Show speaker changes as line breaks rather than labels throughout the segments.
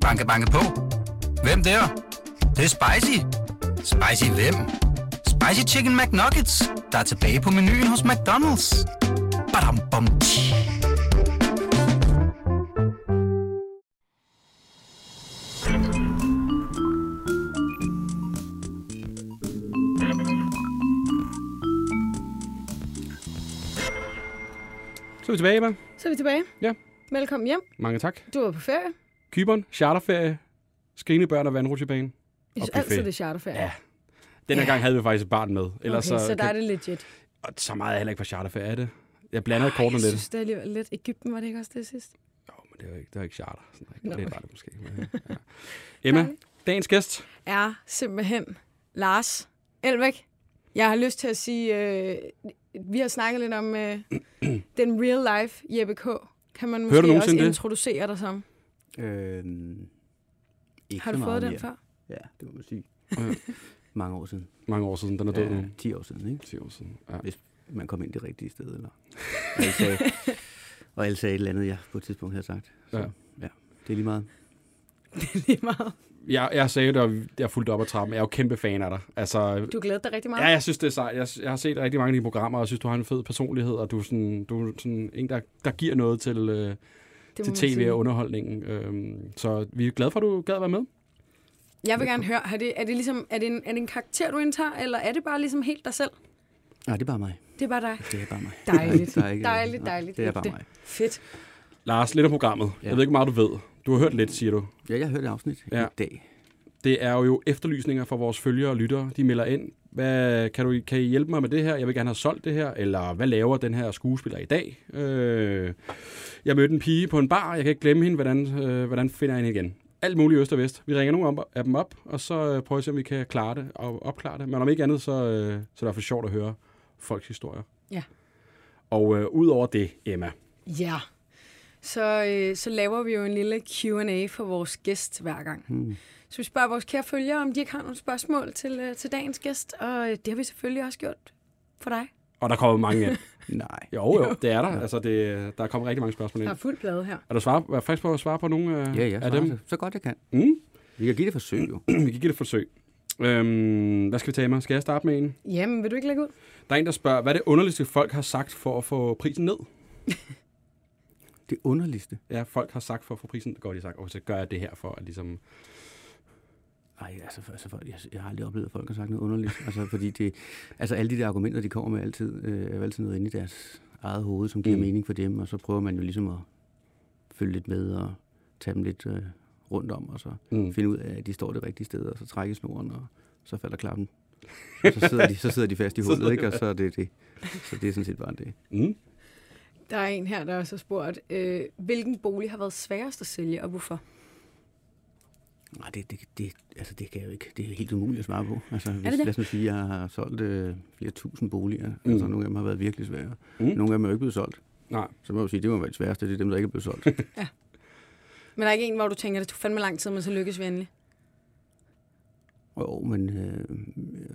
Banke, banke på. Hvem der? Det, er? det er spicy. Spicy hvem? Spicy Chicken McNuggets, der er tilbage på menuen hos McDonald's. Badum, bom, tji.
Så er vi tilbage, Eva.
Så er vi tilbage.
Ja.
Velkommen hjem.
Mange tak.
Du var på ferie.
Kyberen, charterferie, skrinebørn og vandrutsjebane.
Jeg synes
buffet.
altid, det er charterferie.
Ja. Denne gang havde vi faktisk et barn med. Ellers
okay, så, der
kan-
er det legit.
Og så meget er heller ikke på charterferie, er det? Jeg blandede
Ej,
kortene
jeg
lidt.
synes, det er alligevel lidt. Ægypten var det ikke også det sidste?
Jo, men det var ikke, det var ikke charter. Sådan, ikke?
Nå,
Lidt var det måske. Men, ja. Emma, dagens gæst.
Er simpelthen Lars Elvæk. Jeg har lyst til at sige, øh, vi har snakket lidt om øh, den real life Jeppe K. Kan man
Hører du
måske også
nogensinde det?
introducere dig som?
Øh, ikke så
Har du
meget
fået den
mere.
før?
Ja, det må man sige.
Ja.
Mange år siden.
Mange år siden, den er død nu.
Ja, 10 år siden, ikke?
10 år siden. Ja.
Man kom ind det rigtige sted, eller? Og alle sagde, og alle sagde et eller andet, jeg på et tidspunkt havde sagt. Så,
Ja.
ja. ja. Det er lige meget.
Lige meget.
Jeg, jeg sagde det, og jeg fulgte op ad trappen. Jeg er jo kæmpe fan af dig. Altså,
Du glæder dig rigtig meget.
ja, jeg synes, det er sejt. Jeg, jeg har set rigtig mange af dine programmer, og jeg synes, du har en fed personlighed, og du er sådan, du er sådan en, der, der giver noget til, øh,
det må
til
man
tv
sige.
og underholdningen. Øhm, så vi er glade for, at du gad at være med.
Jeg vil gerne høre, er det, er det, ligesom, er det, en, er det en karakter, du indtager, eller er det bare ligesom helt dig selv?
Nej, det er bare mig.
Det er bare dig.
Det er bare mig.
Dejligt.
Der er ikke-
Dejligt,
nej,
dejligt.
Det er
Ikke
bare
det.
mig.
Fedt.
Lars, lidt om programmet.
Ja.
Jeg ved ikke, hvor meget du ved. Du har hørt lidt, siger du.
Ja, jeg hørte et afsnit
Ja.
ja. i dag.
Det er jo efterlysninger fra vores følgere og lyttere. De melder ind. Hvad, kan, du, kan I hjælpe mig med det her? Jeg vil gerne have solgt det her. Eller hvad laver den her skuespiller i dag? Øh, jeg mødte en pige på en bar. Jeg kan ikke glemme hende. Hvordan, øh, hvordan finder jeg hende igen? Alt muligt i øst og vest. Vi ringer nogle om- af dem op, og så øh, prøver vi at se, om vi kan klare det og opklare det. Men om ikke andet, så, øh, så er det i hvert fald sjovt at høre folks historier.
Ja.
Og øh, ud over det, Emma.
Ja. Så, øh, så laver vi jo en lille Q&A for vores gæst hver gang.
Hmm.
Så vi spørger vores kære følgere, om de ikke har nogle spørgsmål til, øh, til dagens gæst. Og øh, det har vi selvfølgelig også gjort for dig.
Og der kommer mange ind.
Nej.
Jo, jo, det er der. Altså, det, der kommer rigtig mange spørgsmål ind.
Der er fuld plade her.
Er du svar, er frisk på at svare på nogle øh,
Ja, jeg
af
svarer
dem?
så, så godt jeg kan.
Mm,
Vi kan give det et forsøg, jo.
vi kan give det et forsøg. Øhm, hvad skal vi tage med? Skal jeg starte med en?
Jamen, vil du ikke lægge ud?
Der er en, der spørger, hvad er det underligste, folk har sagt for at få prisen ned?
Det underligste.
Ja, folk har sagt for at få prisen ned. Godt, de har sagt, okay, så gør jeg det her for at ligesom...
Nej, altså, for- altså for, jeg, jeg har aldrig oplevet, at folk har sagt noget underligt. Altså, fordi det, altså alle de der argumenter, de kommer med altid, øh, er jo altid noget inde i deres eget hoved, som giver
Mm.
mm. mening for dem, og så prøver man jo ligesom at følge lidt med og tage dem lidt øh, rundt om, og så
Mm.
finde ud af, at de står det rigtige sted, og så trække snoren, og så falder klappen. Og så sidder de, så sidder de fast i
Så sidder
hullet,
de
ikke? og så er det det. Så det er sådan set bare det.
Mm.
Der er en her, der også har spurgt, øh, hvilken bolig har været sværest at sælge, og hvorfor?
Nej, det, det, det, altså, det kan jeg jo ikke. Det er helt umuligt at svare på. Altså, hvis,
det det?
Lad os nu sige, at jeg har solgt øh, flere tusind boliger.
Mm.
Mm. Altså, nogle af dem har været virkelig svære.
Mm.
Mm. Nogle af dem er jo ikke blevet solgt.
Nej.
Så må jeg jo sige, det må være det sværeste. Det er dem, der ikke er blevet solgt.
Men der er ikke en, hvor du tænker, det tog fandme lang tid, men så lykkes vi endelig.
jo, men øh,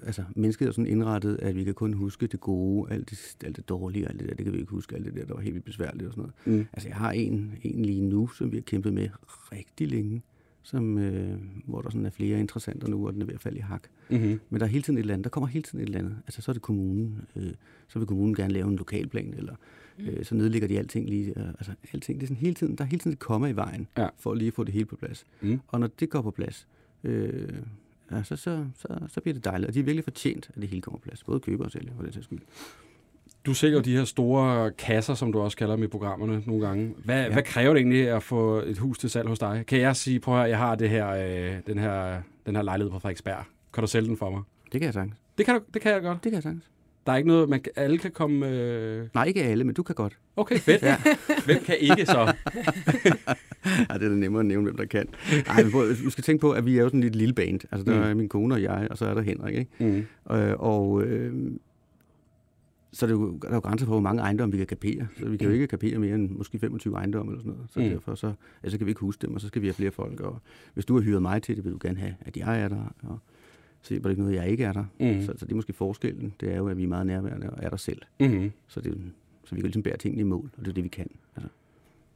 altså, mennesket er sådan indrettet, at vi kan kun huske det gode, alt det, alt det dårlige, alt det der, det kan vi ikke huske, alt det der, der var helt vildt besværligt og sådan noget.
Mm.
Altså, jeg har en, en lige nu, som vi har kæmpet med rigtig længe, som, øh, hvor der sådan er flere interessenter nu, og den er ved at falde i hak.
Mm-hmm.
Men der er hele tiden et eller andet. Der kommer hele tiden et eller andet. Altså, så er det kommunen. Øh, så vil kommunen gerne lave en lokalplan, eller øh, så nedlægger de alting lige. Øh, altså, alting. Det er sådan hele tiden, der er hele tiden et komma i vejen,
Ja.
for lige at få det hele på plads.
Mm.
Og når det går på plads, øh, ja, så, så, så, så bliver det dejligt. Og de er virkelig fortjent, at det hele kommer på plads. Både køber og sælger, for den sags skyld.
Du sælger jo de her store kasser, som du også kalder dem i programmerne nogle gange. Hvad, ja.
Ja.
hvad kræver det egentlig at få et hus til salg hos dig? Kan jeg sige, prøv at høre, jeg har det her, øh, den, her, den her lejlighed på Frederiksberg. Kan du sælge den for mig?
Det kan jeg sagtens.
Det kan, du, det kan jeg godt.
Det kan jeg sagtens.
Der er ikke noget, man kan, alle kan komme... Øh...
Nej, ikke alle, men du kan godt.
Okay, fedt. Ja. Hvem kan ikke så?
Ej, det er da nemmere at nævne, hvem der kan. Ej, men prøv, du skal tænke på, at vi er jo sådan lidt lille band. Altså, der
Mm.
er min kone og jeg, og så er der Henrik, ikke?
Mm.
Øh, og øh, så er det jo, der er jo grænser for, hvor mange ejendomme vi kan kapere. Så vi kan jo ikke kapere mere end måske 25 ejendomme eller sådan noget. Så
Mm.
mm. derfor så, ja, så kan vi ikke huske dem, og så skal vi have flere folk. Og hvis du har hyret mig til det, vil du gerne have, at jeg er der. Og så hjælper det ikke noget, jeg ikke er der.
Mm.
Mm. Så, så, det er måske forskellen. Det er jo, at vi er meget nærværende og er der selv.
Mm.
Så, det, er jo- så vi kan ligesom bære tingene i mål, og det er det, vi kan. Altså,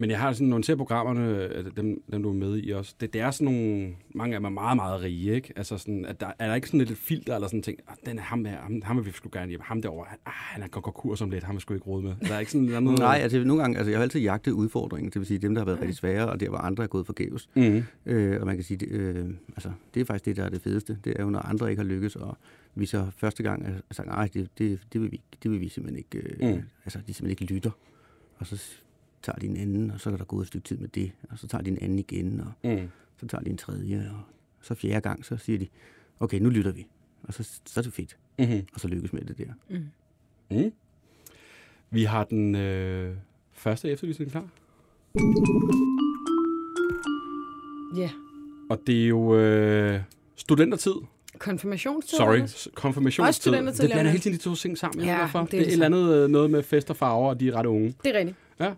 Men jeg har sådan, når man ser programmerne, øh, dem, dem du er med i også, det, det er sådan nogle, mange af dem er meget, meget rige, ikke? Altså sådan, at der, er der ikke sådan lidt et filter eller sådan ting, "Ah, den er ham her, ham, ham vil vi sgu gerne hjem, ham derovre, han, ah, han er gået konkurs om lidt, ham er sgu ikke råd med. Der er ikke sådan der er noget...
Nej, altså nogle gange, altså jeg har altid jagtet udfordringen, det vil sige dem, der har været rigtig svære, og der, hvor andre er gået forgæves.
Mm.
Øh, og man kan sige, det, øh, altså, det er faktisk det, der er det fedeste. Det er jo, når andre ikke har lykkes, og vi så første gang har sagt, nej, det, det, det, vil vi, ikke- det vil vi simpelthen ikke, øh,
Mm.
mm. altså de simpelthen ikke lytter. Og så s- tager de en anden, og så er der gået et stykke tid med det, og så tager de en anden igen, og
Mm.
så tager de en tredje, og så fjerde gang, så siger de, okay, nu lytter vi. Og så, så er det fedt,
Mm-hmm.
og så lykkes med det der.
Mm. Vi har den øh, første efterlysning klar.
Ja.
Og det er jo øh, studentertid.
Konfirmationstid.
Sorry,
Anders.
s- konfirmationstid.
Også studentertid,
Det blander
Leonard.
hele tiden de to ting sammen. Ja,
Ja,
det, er
det
det
er
er et
det
eller andet øh, noget med fest og farver, og de er ret unge.
Det er rigtigt.
Ja.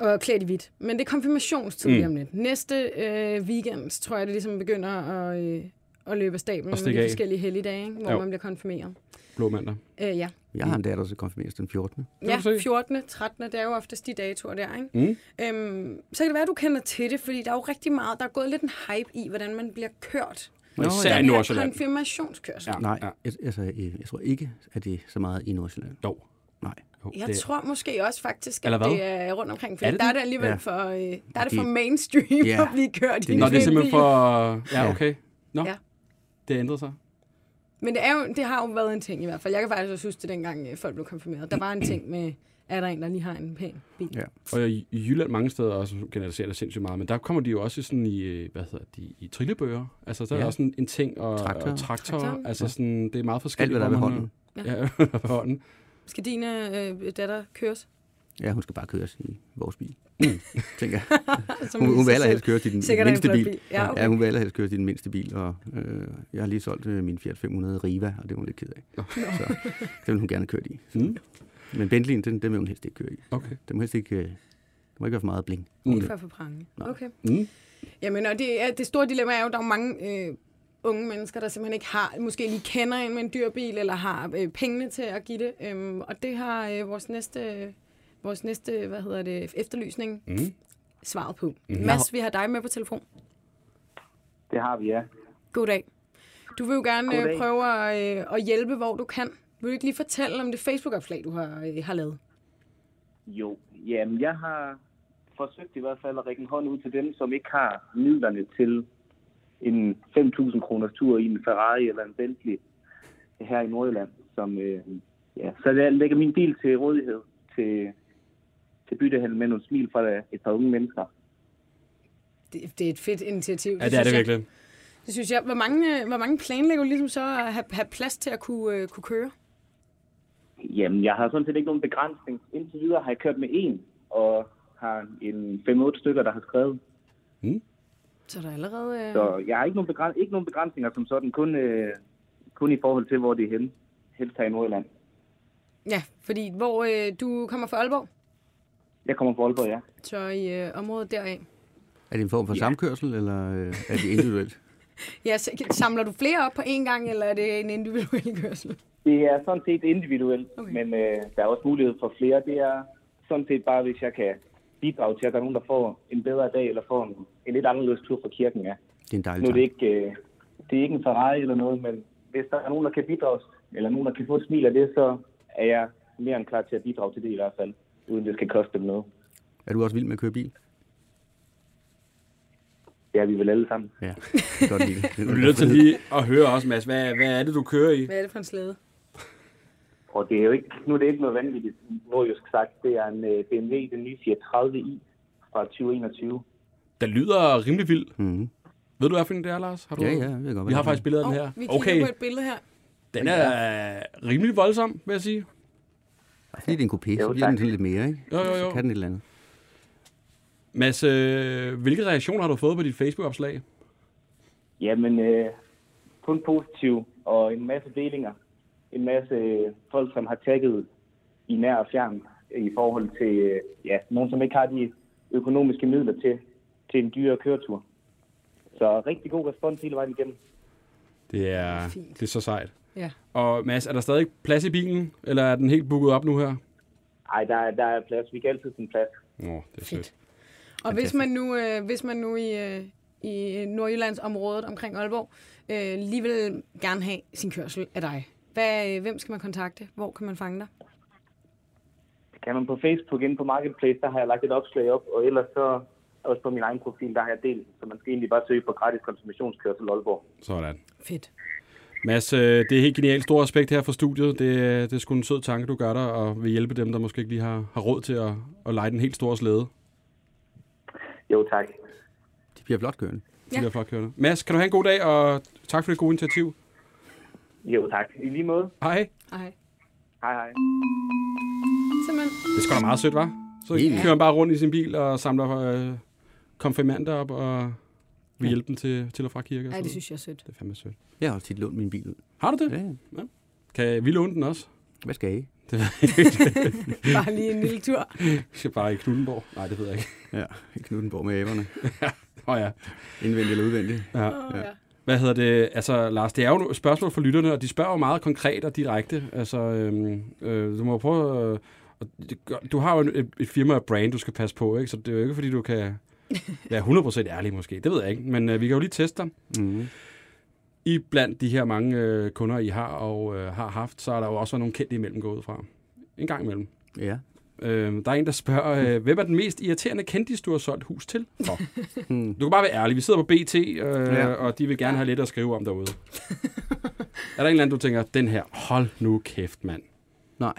Og klædt i hvidt. Men det er konfirmationstid
Mm.
mm. lige om lidt. Næste øh, weekend, tror jeg, det ligesom begynder at, øh, at løbe af stablen
Og
med
stikke
de
af.
forskellige helligdage, ikke? hvor
Jo.
jo. man bliver konfirmeret.
Blå mandag.
Øh, ja.
Jeg har
Mm.
en datter, der skal konfirmeres den 14.
må
Ja,
du se.
14. 13. Det er jo oftest de datoer der, ikke?
Mm.
Øhm, så kan det være, at du kender til det, fordi der er jo rigtig meget, der er gået lidt en hype i, hvordan man bliver kørt.
Nå,
ja.
Især i
Den her
Nordsjælland.
konfirmationskørsel.
Ja.
Ja.
Nej,
Ja.
ja. altså, øh, jeg tror ikke, at det er så meget i Nordsjælland.
Dog.
Nej.
Jo,
Jeg
det-
tror måske også faktisk,
Eller
at
hvad?
det er rundt omkring, for
Er det
der er
det?
det alligevel
Ja.
ja. for, øh, der er det
Det-
for mainstream
Ja.
at blive kørt i en
Nå, det er
bil.
simpelthen for... Ja,
Ja.
okay. Nå,
Ja.
det ændrede sig.
Men det, er jo, det har jo været en ting i hvert fald. Jeg kan faktisk også huske det, dengang øh, folk blev konfirmeret. Der var en ting med, er der en, der lige har en pæn bil?
Ja.
Og i i Jylland mange steder også nu generaliserer det sindssygt meget, men der kommer de jo også sådan i, øh, hvad hedder de, i trillebøger. Altså, der ja. er
Ja.
også sådan en ting og
Traktorer.
Og traktorer.
Traktorer.
Altså, sådan, det er meget
Alt,
forskelligt.
hvad der er ved
hvor man-
hånden.
Ja, ved hånden.
Skal din øh, datter køres?
Ja, hun skal bare køres i vores bil,
Mm.
tænker jeg.
Som
Hun,
i
hun
sig
vil allerhelst
selv
køres i den
Sikkert er en
mindste
flot
bil.
bil. Ja, okay.
ja, hun vil allerhelst køres i den mindste bil, og øh, jeg har lige solgt øh, min Fiat 500 Riva, og det er hun lidt ked af. Så den vil hun gerne køre i.
Mm.
Men Bentley'en, den, den vil hun helst ikke køre i.
Okay.
Den må helst ikke, øh, den må ikke være for meget bling.
Ikke for at få prange.
Nej.
Okay.
Mm.
Jamen, og det, er, det store dilemma er jo, at der er jo mange øh, unge mennesker, der simpelthen ikke har, måske lige kender en med en dyr bil, eller har øh, pengene til at give det. Øhm, og det har øh, vores næste, vores næste, hvad hedder det, efterlysning
Mhm.
Mm.
svaret på. Mads, vi har dig med på telefon.
Det har vi, ja.
Goddag. Du vil jo gerne øh,
Goddag.
prøve at, øh, at hjælpe, hvor du kan. Vil du ikke lige fortælle om det Facebook-opslag, du har, øh, har lavet?
Jo, jamen jeg har forsøgt i hvert fald at række en hånd ud til dem, som ikke har midlerne til en 5.000 kroners tur i en Ferrari eller en Bentley her i Nordjylland. Som, øh, ja. Så jeg lægger min bil til rådighed til, til byttehandel med nogle smil fra et par unge mennesker.
Det, det er et fedt initiativ.
Ja, det er
synes
det
jeg.
virkelig.
Det synes jeg. Hvor mange, øh, hvor mange planlægger du ligesom så at have, have plads til at kunne, øh, kunne køre?
Jamen, jeg har sådan set ikke nogen begrænsning. Indtil videre har jeg kørt med en, og har en 5-8 stykker, der har skrevet.
Så er der allerede... Øh...
Så jeg har ikke nogen, begræn- ikke nogen begrænsninger som sådan, kun, øh, kun i forhold til, hvor det er henne. Helst her i Nordjylland.
Ja, fordi hvor øh, du kommer fra Aalborg,
Jeg kommer fra Aalborg, ja.
så i øh, området deraf.
Er det en form for ja. samkørsel, eller øh, er det individuelt?
Ja, så, samler du flere op på én gang, eller er det en individuel kørsel?
Det er sådan set individuelt,
Okay.
okay. men øh, der er også mulighed for flere. Det er sådan set bare, hvis jeg kan bidrage til, at der er nogen, der får en bedre dag, eller får en, en lidt anderledes tur fra kirken, ja.
Det er en dejlig
Nu er det
tanke.
ikke, øh, det er ikke en Ferrari eller noget, men hvis der er nogen, der kan bidrage, eller nogen, der kan få et smil af det, så er jeg mere end klar til at bidrage til det i hvert fald, uden det skal koste dem noget.
Er du også vild med at køre bil?
Det er vi vel alle sammen.
Ja, jeg kan godt lide det.
Du er nødt til lige at høre også, Mads. Hvad, hvad er det, du kører i?
Hvad er det for en slæde?
Og det er jo ikke, nu er det ikke noget vanvittigt, nordjysk sagt. Det er en øh, BMW, den nye 34i fra 2021.
Den lyder rimelig vild.
Mhm.
Ved du, hvad for en det er, Lars? Har du
Ja, ja, jeg ved godt, hvad
Vi har
det er.
faktisk billeder af den her.
vi kigger
Okay,
på et billede her.
den er rimelig voldsom, vil jeg sige.
Fordi det er en coupé, så
Jo,
bliver den
tak.
sådan lidt mere, ikke?
Jo, jo,
Så
jo.
kan den et eller andet.
Mads, øh, hvilke reaktioner har du fået på dit Facebook-opslag?
Jamen, øh, kun positiv og en masse delinger. En masse øh, folk, som har tagget i nær og fjern i forhold til øh, ja, nogen, som ikke har de økonomiske midler til, til en dyre køretur. Så rigtig god respons hele vejen igennem.
Det er,
Fint.
det er så sejt.
Ja.
Og Mads, er der stadig plads i bilen, eller er den helt booket op nu her?
Ej, der, er- der er plads. Vi kan altid finde plads.
Nå, det er
Fedt.
sødt.
Og hvis man nu, øh, hvis man nu i, øh, i Nordjyllandsområdet omkring Aalborg øh, lige vil gerne have sin kørsel af dig, hvad, øh, hvem skal man kontakte? Hvor kan man fange dig?
Det kan man på Facebook inde på Marketplace, der har jeg lagt et opslag op, og ellers så også på min egen profil, der har jeg delt, så man skal egentlig bare søge på gratis konsumationskørsel Aalborg.
Sådan.
Fedt.
Mads, øh, det er helt genialt. Stor respekt her for studiet. Det, øh, det er sgu en sød tanke, du gør dig, og vil hjælpe dem, der måske ikke lige har, har råd til at, at lege den helt store slæde.
Jo, tak.
De bliver flot kørende.
Ja.
Ja.
Derfor kører Mads, kan du have en god dag, og tak for det gode initiativ.
Jo, tak. I lige måde.
Hej.
Ej,
Hej, hej.
simpelthen.
Det er sgu da meget sødt, var. Så
Helt.
kører han bare rundt i sin bil og samler øh, konfirmander op og vil hjælpe dem til, til og fra kirke.
Ej,
og
det
sådan noget.
synes jeg er sødt.
det er fandme sødt.
Jeg har også tit lånt min bil ud.
Har du det?
Ja, ja.
Kan vi låne den også?
Hvad skal I?
Bare lige en lille tur.
Vi skal bare i Knuttenborg. Nej, det ved jeg ikke.
Ja, i Knuttenborg med æberne.
Åh oh, ja.
Indvendigt eller udvendigt.
Oh, ja.
Hvad hedder det? Altså, Lars, det er jo et spørgsmål for lytterne, og de spørger jo meget konkret og direkte. Altså, øhm, øh, du må prøve... Øh, og det gør- du har jo en- et, et firma og et brand, du skal passe på, ikke? Så det er jo ikke, fordi du kan være 100% ærlig måske. Det ved jeg ikke, men øh, vi kan jo lige teste dig.
Mm.
I blandt de her mange øh, kunder, I har og øh, har haft, så er der jo også nogle kendte imellem gået fra. En gang imellem.
Ja.
Øh, der er en, der spørger, øh, hvem er den mest irriterende kendis, du har solgt hus til? For. Du kan bare være ærlig. Vi sidder på BT, øh, ja.
Ja.
og de vil gerne have lidt at skrive om derude. er der en eller anden, du tænker, den her, hold nu kæft, mand.
Nej.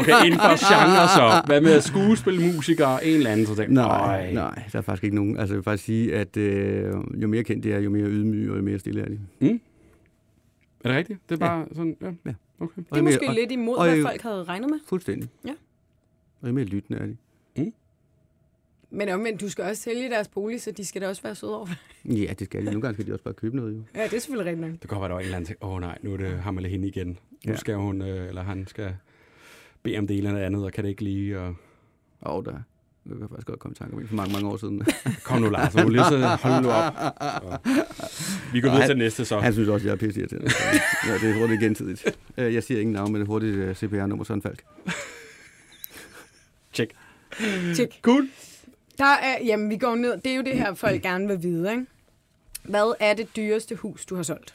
Okay, inden for genre så. Hvad med skuespil, musikere, en eller anden, så tænker
Nej,
"Øj."
nej, der er faktisk ikke nogen. Altså, jeg vil faktisk sige, at øh, jo mere kendt det er, jo mere ydmyg og jo mere stille er de.
Er det rigtigt? Det er bare ja. sådan, ja.
Ja.
Okay.
Og
Det
jo
er
mere,
måske
og,
lidt imod,
og-
hvad folk havde regnet med.
Fuldstændig.
Ja.
Og jo mere lyttende er de.
Men omvendt, du skal også sælge deres bolig, så de skal da også være søde over. for-
Ja, det skal de. Nogle gange skal de også bare købe noget, jo.
Ja, det er selvfølgelig rigtigt nok.
Det kan godt være, der var en eller anden, der tænkte, åh oh, nej, nu er det ham eller hende igen. Nu
Ja.
skal hun, øh, eller han skal bede om det ene eller andet, og kan det ikke lige, og
Og der det kan jeg faktisk godt komme i tanke om en for mange, mange år siden.
kom nu Lars, nu lige så hold nu op. Og vi går
Nå,
videre
han-
til den næste så.
Han synes også, jeg er pisse til. Ja, det er hurtigt gensidigt. Øh, Jeg siger ingen navn, men det er hurtigt øh, CPR-nummer Søren Falk.
Check.
Tjek.
Cool.
Der er, jamen, vi går ned. Det er jo det her, folk gerne vil vide, ikke? Hvad er det dyreste hus, du har solgt?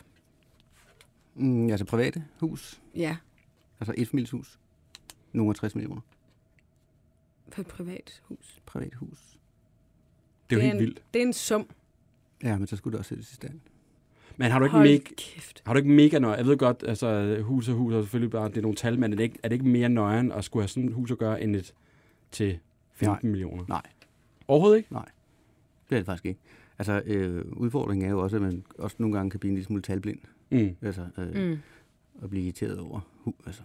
Mm, altså private hus.
Ja,
Altså et familieshus. Nogle af 60 millioner.
på et privat hus.
Privat hus.
Det er jo
en,
helt vildt.
Det er en sum.
Ja, men så skulle det også sættes i stand.
Men har du ikke,
Hold
mega,
kæft.
har du ikke mega nøje? Jeg ved godt, altså hus og hus er selvfølgelig bare, det er nogle tal, men er det ikke, er det ikke mere nøjeren at skulle have sådan et hus at gøre, end et til 15 millioner?
Nej,
Overhovedet ikke?
nej. Det er det faktisk ikke. Altså, øh, udfordringen er jo også, at man også nogle gange kan blive en lille smule talblind.
Mm.
Altså, øh,
Mm.
at blive irriteret over hu, altså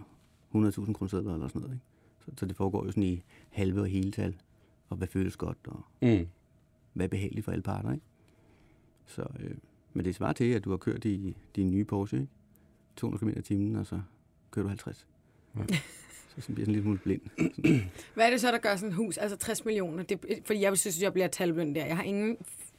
100.000 kroner eller sådan noget. Ikke? Så, så det foregår jo sådan i halve og hele tal. Og hvad føles godt, og
Mm.
hvad er behageligt for alle parter, ikke? Så, øh, men det svarer til, at du har kørt i din nye Porsche, ikke? 200 km i timen, og så kører du 50.
Ja.
Ja. Så sådan bliver jeg sådan lidt smule blind.
Hvad er det så, der gør sådan et hus? Altså 60 millioner. Det, fordi jeg synes, jeg bliver talblind der. Jeg har ingen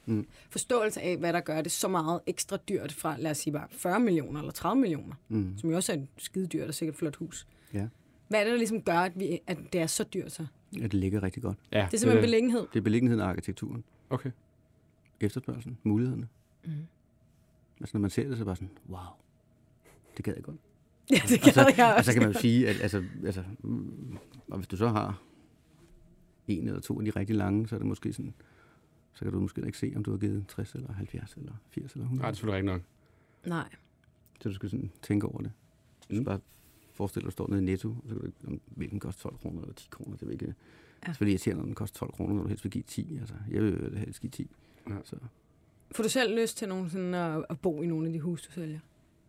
mm.
Mm.
forståelse af, hvad der gør det så meget ekstra dyrt fra, lad os sige bare 40 millioner eller 30 millioner,
Mm.
som jo også er et skide dyrt og sikkert flot hus.
Ja.
Hvad er det, der ligesom gør, at, vi, at det er så dyrt så?
Ja, det ligger rigtig godt.
Ja,
Det er
Øh.
simpelthen beliggenhed.
Det er beliggenheden af arkitekturen,
Okay.
efterspørgselen, mulighederne. Mm. Altså når man ser det, så er det bare sådan, wow, det gad jeg godt.
Ja, det
Og
gad
så,
jeg
og så
også.
kan man jo sige, at altså, altså, mm, og hvis du så har en eller to af de rigtig lange, så er det måske sådan, så kan du måske ikke se, om du har givet 60 eller 70 eller 80 eller 100.
Nej, det er selvfølgelig rigtigt nok.
Nej.
Så du skal sådan tænke over det. Du skal
Mm.
bare forestille dig, at du står nede i Netto, og så kan du ikke, om hvilken koster 12 kroner eller 10 kroner. Det er ikke ja.
Ja.
selvfølgelig irriterende, når den koster 12 kroner, når du helst vil give 10. Altså, jeg vil jo helst give 10.
Ja.
Så,
Får du selv lyst til nogensinde at, at bo i nogle af de huse, du sælger?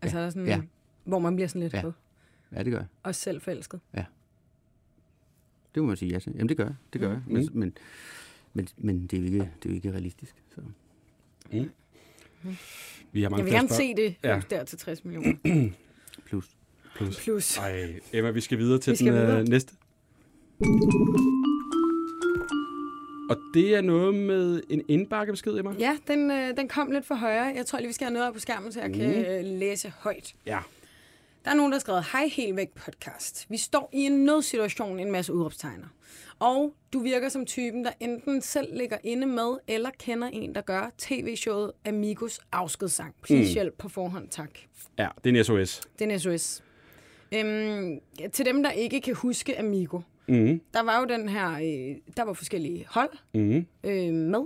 Altså ja. er der sådan, ja.
Ja.
hvor man bliver sådan lidt ja.
Ja.
på,
ja, det gør jeg.
og selv forelsket.
Det må man sige ja til. Jamen, det gør jeg. Det gør jeg. Men, men, men, men det, er jo ikke, det er jo ikke realistisk. Så.
Vi har mange
Jeg vil
flere
gerne
spørg-
se det
Ja.
ja. hus der til 60 millioner.
Plus.
Plus.
Ej, Emma, vi skal videre til
Vi skal
den øh,
videre.
næste. Og det er noget med en indbakkebesked, Emma?
Ja, den, øh, den kom lidt for højre. Jeg tror lige, vi skal have noget op på skærmen, så jeg mm. kan øh, læse højt.
Ja.
Der er nogen, der har skrevet, hej helt væk podcast. Vi står i en nødsituation, en masse udråbstegner. Og du virker som typen, der enten selv ligger inde med, eller kender en, der gør tv-showet Amigos afskedssang. Please mm. hjælp på forhånd, tak.
Ja, det er en SOS.
Det er en SOS. Øhm, til dem, der ikke kan huske Amigo,
Mhm.
der var jo den her, øh, der var forskellige hold
Mhm.
øh, med,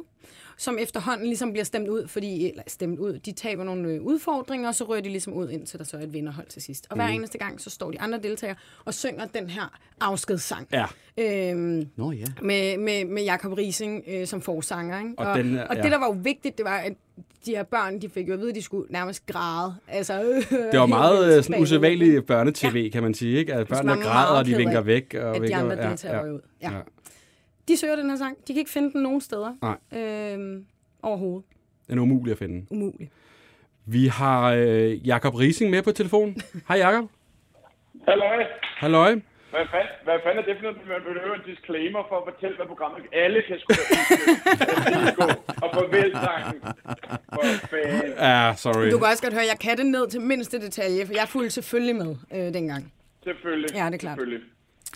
som efterhånden ligesom bliver stemt ud, fordi, eller stemt ud, de taber nogle øh, udfordringer, og så rører de ligesom ud, indtil der så er et vinderhold til sidst. Og hver
Mhm.
eneste gang, så står de andre deltagere og synger den her afskedssang.
Ja.
Øhm,
Nå ja.
med, med, med Jakob Rising øh, som forsanger. Ikke?
Og
Og, og,
den
den,
er-
og
ja.
det, der var jo vigtigt, det var, at de her børn, de fik jo at vide, at de skulle nærmest græde. Altså,
Det var meget øh, sådan usædvanlig børnetv, kan man sige, ikke? At børnene
var meget
græder, og de
ked af,
vinker væk. Og
at de
vinker,
andre deltagere røg ud. Ja.
øh, ja.
De søger den her sang. De kan ikke finde den nogen steder.
Nej.
Øhm, overhovedet.
Den er umulig at finde.
Umuligt.
Vi har øh, Jakob Rising med på telefonen. Hej Jakob.
Halløj.
Halløj.
Hvad fanden, hvad fanden er det for noget, man behøver en disclaimer for at fortælle, hvad programmet Alle kan sgu da gå og få velsangen. For fanden.
Ja, sorry.
Du kan også godt høre, at jeg kan det ned til mindste detalje, for jeg fulgte selvfølgelig med øh, dengang.
Selvfølgelig.
Ja, det er klart.
Selvfølgelig.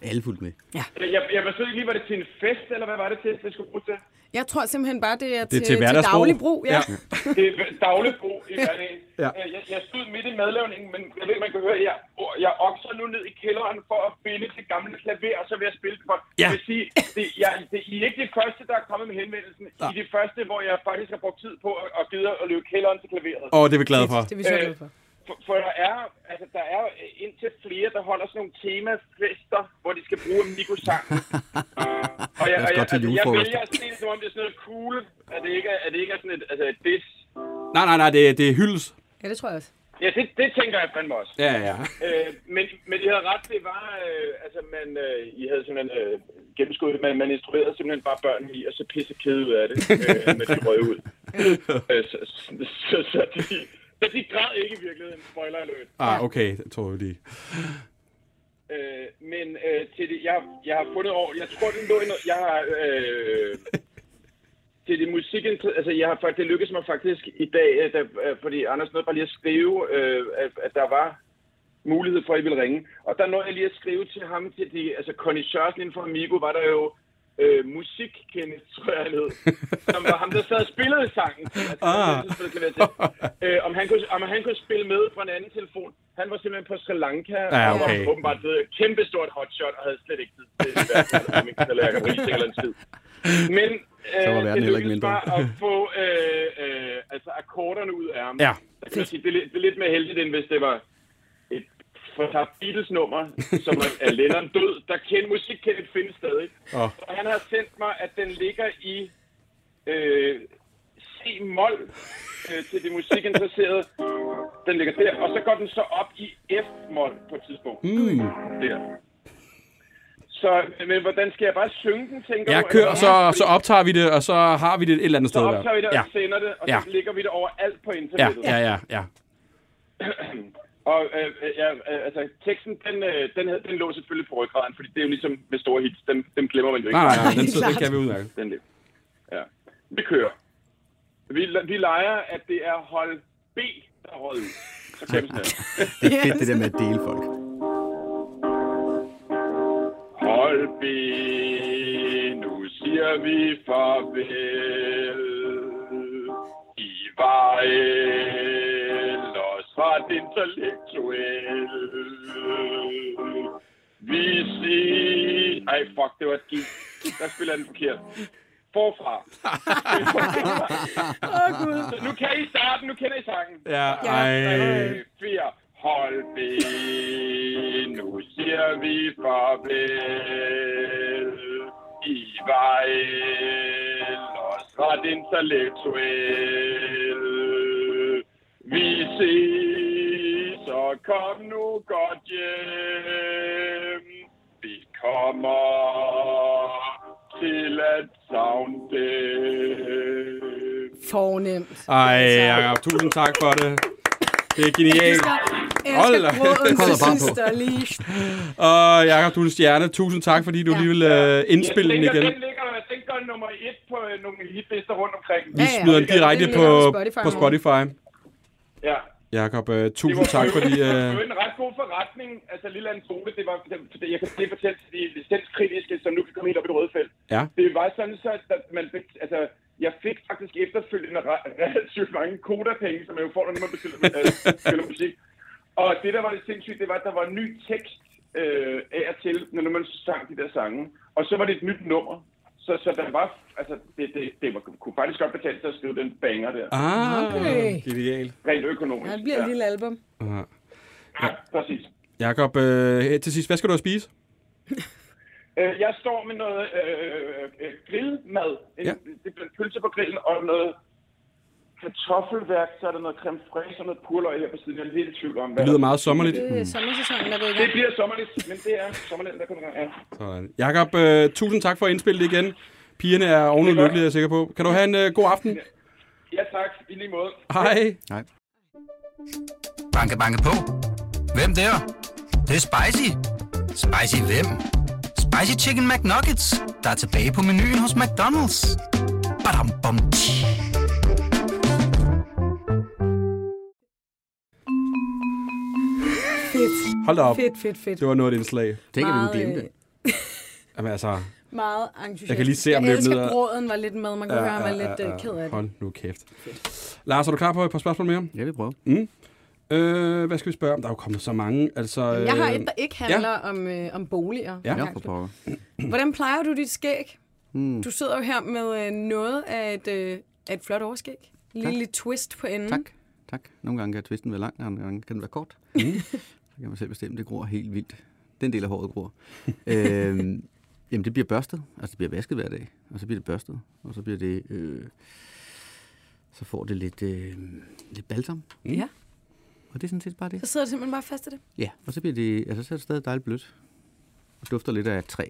Alle fuldt med.
Jeg, jeg forstod ikke lige, var det til en fest, eller hvad var det til, det skulle bruges til?
Jeg tror simpelthen bare, det er
Det
til,
er til hverdagsbrug.
daglig brug. Ja.
Ja.
Ja.
Det er daglig brug i hverdagen.
Ja.
ja. jeg, jeg stod midt i madlavningen, men jeg ved, ikke, man kan høre, jeg, jeg okser nu ned i kælderen for at finde til gamle klaver, og så vil jeg spille det for.
Ja.
Jeg vil sige, det, jeg, det, I er ikke de første, der er kommet med henvendelsen. I er de første, hvor jeg faktisk har brugt tid på at, at gide at løbe kælderen til klaveret.
Åh, oh, det er vi glade for.
Det er vi så
Øh,
glade for.
For, for der er altså, der er jo indtil flere, der holder sådan nogle temafester, hvor de skal bruge mikrosang. og jeg,
Lad os gå til
altså, jeg
julefrokost.
vælger sådan en, som om det er sådan noget cool, at det ikke er, at det ikke er sådan et, altså et diss.
Nej, nej, nej, det, er- det er hyldes.
Ja, det tror jeg også.
Ja, det, det tænker jeg fandme også.
Ja, ja.
Øh, men, men I havde ret, det var, øh, altså man, øh, I havde simpelthen øh, gennemskuddet, det, men man instruerede simpelthen bare børnene i, og så pisse kede ud af det, øh, når de røg ud. øh, så, så, så, så, de, så de græd ikke i virkeligheden, spoiler alert.
Ah, okay, det tror jeg lige.
Øh, men øh, til det, jeg, jeg har fundet over, jeg tror, det lå i noget, jeg har, øh, til det musik, altså jeg har faktisk, det lykkedes mig faktisk i dag, øh, da, øh, fordi Anders nåede bare lige at skrive, øh, at, at der var mulighed for, at I ville ringe. Og der nåede jeg lige at skrive til ham, til de, altså Conny Sørensen inden for Amigo, var der jo øh, musikkendelse, tror jeg, han hed, som var ham, der sad og spillede sangen. Altså,
Ah.
så det kan være til. Øh, om, han kunne, om han kunne spille med fra en anden telefon. Han var simpelthen på Sri Lanka,
Ja,
og
okay.
var åbenbart blevet et kæmpestort hotshot, og havde slet ikke tid til det. i hvert fald, om ikke, så lader jeg Riese en eller anden tid. Men
Så var
øh, det
verden heller ikke
lykkedes
mindre.
bare at få øh, øh, altså akkorderne ud af ham.
Ja.
Der kan man sige, det, er, lidt- det er lidt mere heldigt, end hvis det var et fortabt Beatles-nummer, som er- er Lennon død, der kendt musikkendet findes stadig.
Åh.
Så han har sendt mig, at den ligger i øh, C-mol øh, til de musikinteresserede. Den ligger der, og så går den så op i F-mol på et tidspunkt.
Mm.
Der. Så, men hvordan skal jeg bare synge den, tænker
Jeg
du?
kører,
Eller hvad?
så, så optager vi det, og så har vi det et eller andet
Så
sted.
optager vi det, og
ja.
sender det, og
Ja.
så ligger vi det overalt på
ja,
internettet.
ja, ja, ja.
Og øh, øh, ja, øh, altså, teksten, den, øh, den, hed- den lå selvfølgelig på ryggraden, fordi det er jo ligesom med store hits, dem, dem glemmer man jo ikke.
Nej, nej, nej, den,
det er
den
klart.
kan vi udmærke.
Den lever. Ja. Vi kører. Vi, vi leger, at det er hold B, der er holdet. Så kæmpe snart.
Det er fedt, det der med at dele folk.
Hold B, nu siger vi farvel. I var ellers ret intellektuel. Vi ses... Ej, fuck, det var et gik. Der spiller den forkert. Forfra. Så nu kan I starte, nu kender I sangen.
Ja,
Ja.
ej.
4. Hold ben, nu siger vi farvel. I var ellers ret intellektuel. Vi ses, så kom nu godt hjem. Vi kommer til at savne dem.
Fornemt.
Ej, Jacob, tusind tak for det. Det er genialt. Hold
Hold
da.
da.
Kommer bare på.
lige.
Og Jacob, du er en stjerne. Tusind tak, fordi du
Ja.
lige vil øh, indspille den
Jeg tænker,
igen.
Den ligger, den gør nummer et på øh, nogle hitlister rundt omkring.
Vi
Ja, ja.
smider den
Den
direkte
ligger
på
på Spotify
på
nu.
Spotify.
Ja.
Jakob, øh,
Det var
tusind tak,
for
fordi...
øvrigt- det
Øh,
var en ret god forretning. Altså, lille anekdote, det var, det, jeg kan lige fortælle til de licenskritiske, som nu kan komme helt op i det røde felt.
ja,
Det var sådan så, at man fik, altså, jeg fik faktisk efterfølgende re- relativt mange kodapenge, som jeg jo får, når man bestiller, øh, spiller musik. Og det, der var lidt sindssygt, det var, at der var en ny tekst øh, af og til, når man sang de der sange. Og så var det et nyt nummer. Så, så der var, altså, det, det, det var, kunne faktisk godt betale sig at skrive den banger der.
ah,
Okay.
genial.
Rent
Ja,
økonomisk.
det bliver et lille album.
Ja.
ja, præcis.
Jakob, Ah. øh, her til sidst, hvad skal du have at spise?
Øh, jeg står med noget øh, øh, grillmad.
Ja.
En, ja. Det bliver en pølse på grillen og noget kartoffelværk, så er der noget creme fraise og noget purløg her på siden. Jeg er lidt i tvivl om, hvad
Det lyder meget sommerligt.
Det er sommersæsonen, der er gået i
Det
gang.
bliver sommerligt, men det er sommerligt, der kommer i gang. Ja.
Sådan. Jakob, øh, tusind tak for at indspille det igen. Pigerne er ovenud
godt.
lykkelige, jeg er sikker på. Kan du have en øh, god aften?
ja, tak. I lige måde.
Hej.
Nej.
Banke, banke på. Hvem der? Det, er spicy. Spicy hvem? Spicy Chicken McNuggets, der er tilbage på menuen hos McDonald's. Badum, bom, tji.
Fedt,
Hold da op.
fedt, fedt, fedt.
Det var noget af et indslag.
Tænk, at vi kunne
Meget,
glemme det.
øh,
Jamen altså,
Meget entusiastisk.
Jeg kan lige se, om
Jeg
det er
elsker,
blevet-
at gråden var lidt med. Man kunne høre, han var lidt øh, ked af det.
Hold nu kæft. Lars, er du klar på et par spørgsmål mere?
Ja, vi prøver.
Øh, hvad skal vi spørge om? Der er jo kommet så mange. Altså,
Jeg har
øh,
et, der ikke handler om, øh, om boliger.
Ja.
Ja,
Jakob.
for pokker.
Hvordan plejer du dit skæg? Mm. Du sidder jo her med øh, noget af et, øh, af et flot overskæg. Lille twist på enden.
Tak. Tak. Nogle gange kan tvisten være lang, andre gange kan den være kort. Så kan man selv bestemme, det gror helt vildt. Den del af håret gror. øhm, jamen, det bliver børstet. Altså, det bliver vasket hver dag. Og så bliver det børstet. Og så bliver det... Øh, så får det lidt, øh, lidt balsam.
Ja.
Og det er sådan set bare det.
Så sidder du simpelthen bare fast i det.
Ja, og så bliver det, altså, så er det stadig dejligt blødt. Og dufter lidt af træ.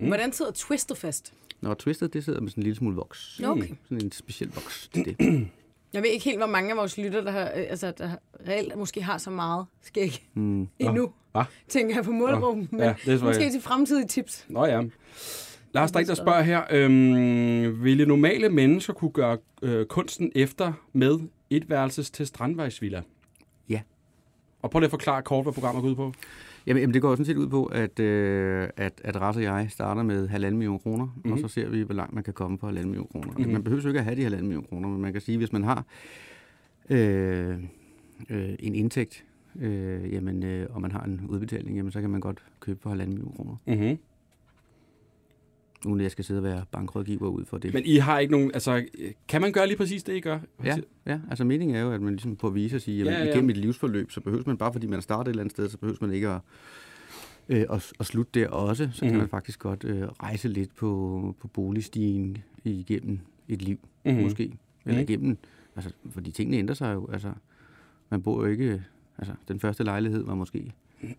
Mm. Hvordan sidder twistet fast?
Når twistet, det sidder med sådan en lille smule voks.
Okay.
Sådan en speciel voks til det.
Jeg ved ikke helt, hvor mange af vores lytter, der, har, øh, altså, der har- reelt måske har så meget skæg mm. endnu.
Hva?
Tænker jeg på målgruppen,
Nå,
men
ja,
ja,
det er så-
måske til fremtidige tips.
Nå ja. Lars, der er en, der spørger her. Øhm, ville normale mennesker kunne gøre øh, kunsten efter med et værelses til strandvejsvilla?
Ja.
Og prøv lige at forklare kort, hvad programmet går ud på.
Jamen, jamen, det går jo sådan set ud på, at, øh, at, at Ras og jeg starter med halvanden million kroner, mm-hmm. og så ser vi, hvor langt man kan komme for halvanden million kroner. Mm-hmm. Man behøver jo ikke at have de halvanden million kroner, men man kan sige, hvis man har øh, øh, en indtægt, øh, jamen, øh, og man har en udbetaling, jamen, så kan man godt købe for halvanden million kroner.
Mm-hmm.
Uden at jeg skal sidde og være bankrådgiver ud for det.
Men I har ikke nogen... Altså, øh, kan man gøre lige præcis det, I gør?
Ja, ja, altså meningen er jo, at man ligesom på at vise og sige, jamen,
Ja,
ja,
ja.
ja. igennem et livsforløb, så behøves man bare, fordi man starter et eller andet sted, så behøves man ikke at, øh, at, at slutte der også. Så mm.
Mhm.
kan man faktisk godt øh, rejse lidt på, på boligstigen igennem et liv, mm. måske. Eller
Mhm.
igennem, altså, fordi tingene ændrer sig jo. Altså, man bor jo ikke, altså, den første lejlighed var måske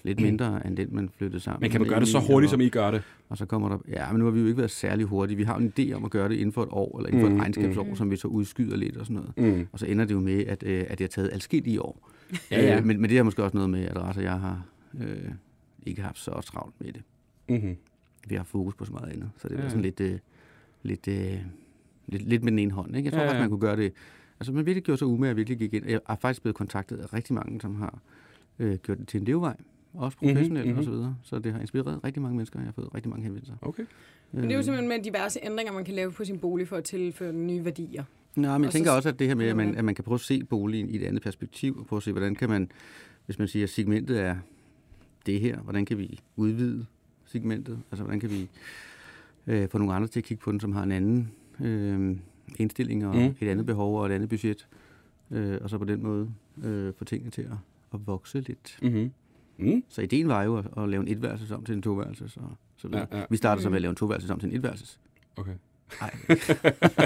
lidt mindre end den, man flyttede sammen.
Mhm. Men kan man
med
gøre det
i,
så hurtigt,
og-
som I gør det?
og så kommer der... Ja, men nu har vi jo ikke været særlig hurtige. Vi har jo en idé om at gøre det inden for et år, eller inden
Mm,
for et regnskabsår, som vi så udskyder lidt og sådan noget. Og så ender det jo med, at, øh, at det har taget alskilt i år.
Ja, ja.
Øh, men, men det har måske også noget med, at Ras og jeg har øh, ikke haft så travlt med det.
Mm-hmm.
Vi har haft fokus på så meget andet. Så det er ja. sådan lidt, øh, lidt, øh, lidt, lidt med den ene hånd. Ikke? Jeg tror
Ja,
ja,
ja.
faktisk, man kunne gøre det... Altså, man virkelig gjorde sig umage og virkelig gik ind. Jeg er faktisk blevet kontaktet af rigtig mange, som har øh, gjort det til en levevej. Også professionelt mm-hmm. og så videre. Så det har inspireret rigtig mange mennesker, og jeg har fået rigtig mange henvendelser.
Okay.
Men det er jo simpelthen med diverse ændringer, man kan lave på sin bolig for at tilføre den nye værdier.
Nå, men jeg
Og så-
tænker også, at det her med, at man,
Hvordan?
at man kan prøve at se boligen i et andet perspektiv, og prøve at se, hvordan kan man, hvis man siger, at segmentet er det her, hvordan kan vi udvide segmentet? Altså, hvordan kan vi øh, få nogle andre til at kigge på den, som har en anden øh, indstilling og
Mm.
mm. et andet behov og et andet budget, øh, og så på den måde øh, få tingene til at, at vokse lidt.
Mm-hmm. Mm.
Så ideen var jo at, at lave en etværelses om til en toværelses, og så videre.
Ja,
Ja,
ja. Mm.
ja. Vi startede så med at lave en toværelses om til en etværelses.
Okay.
Nej.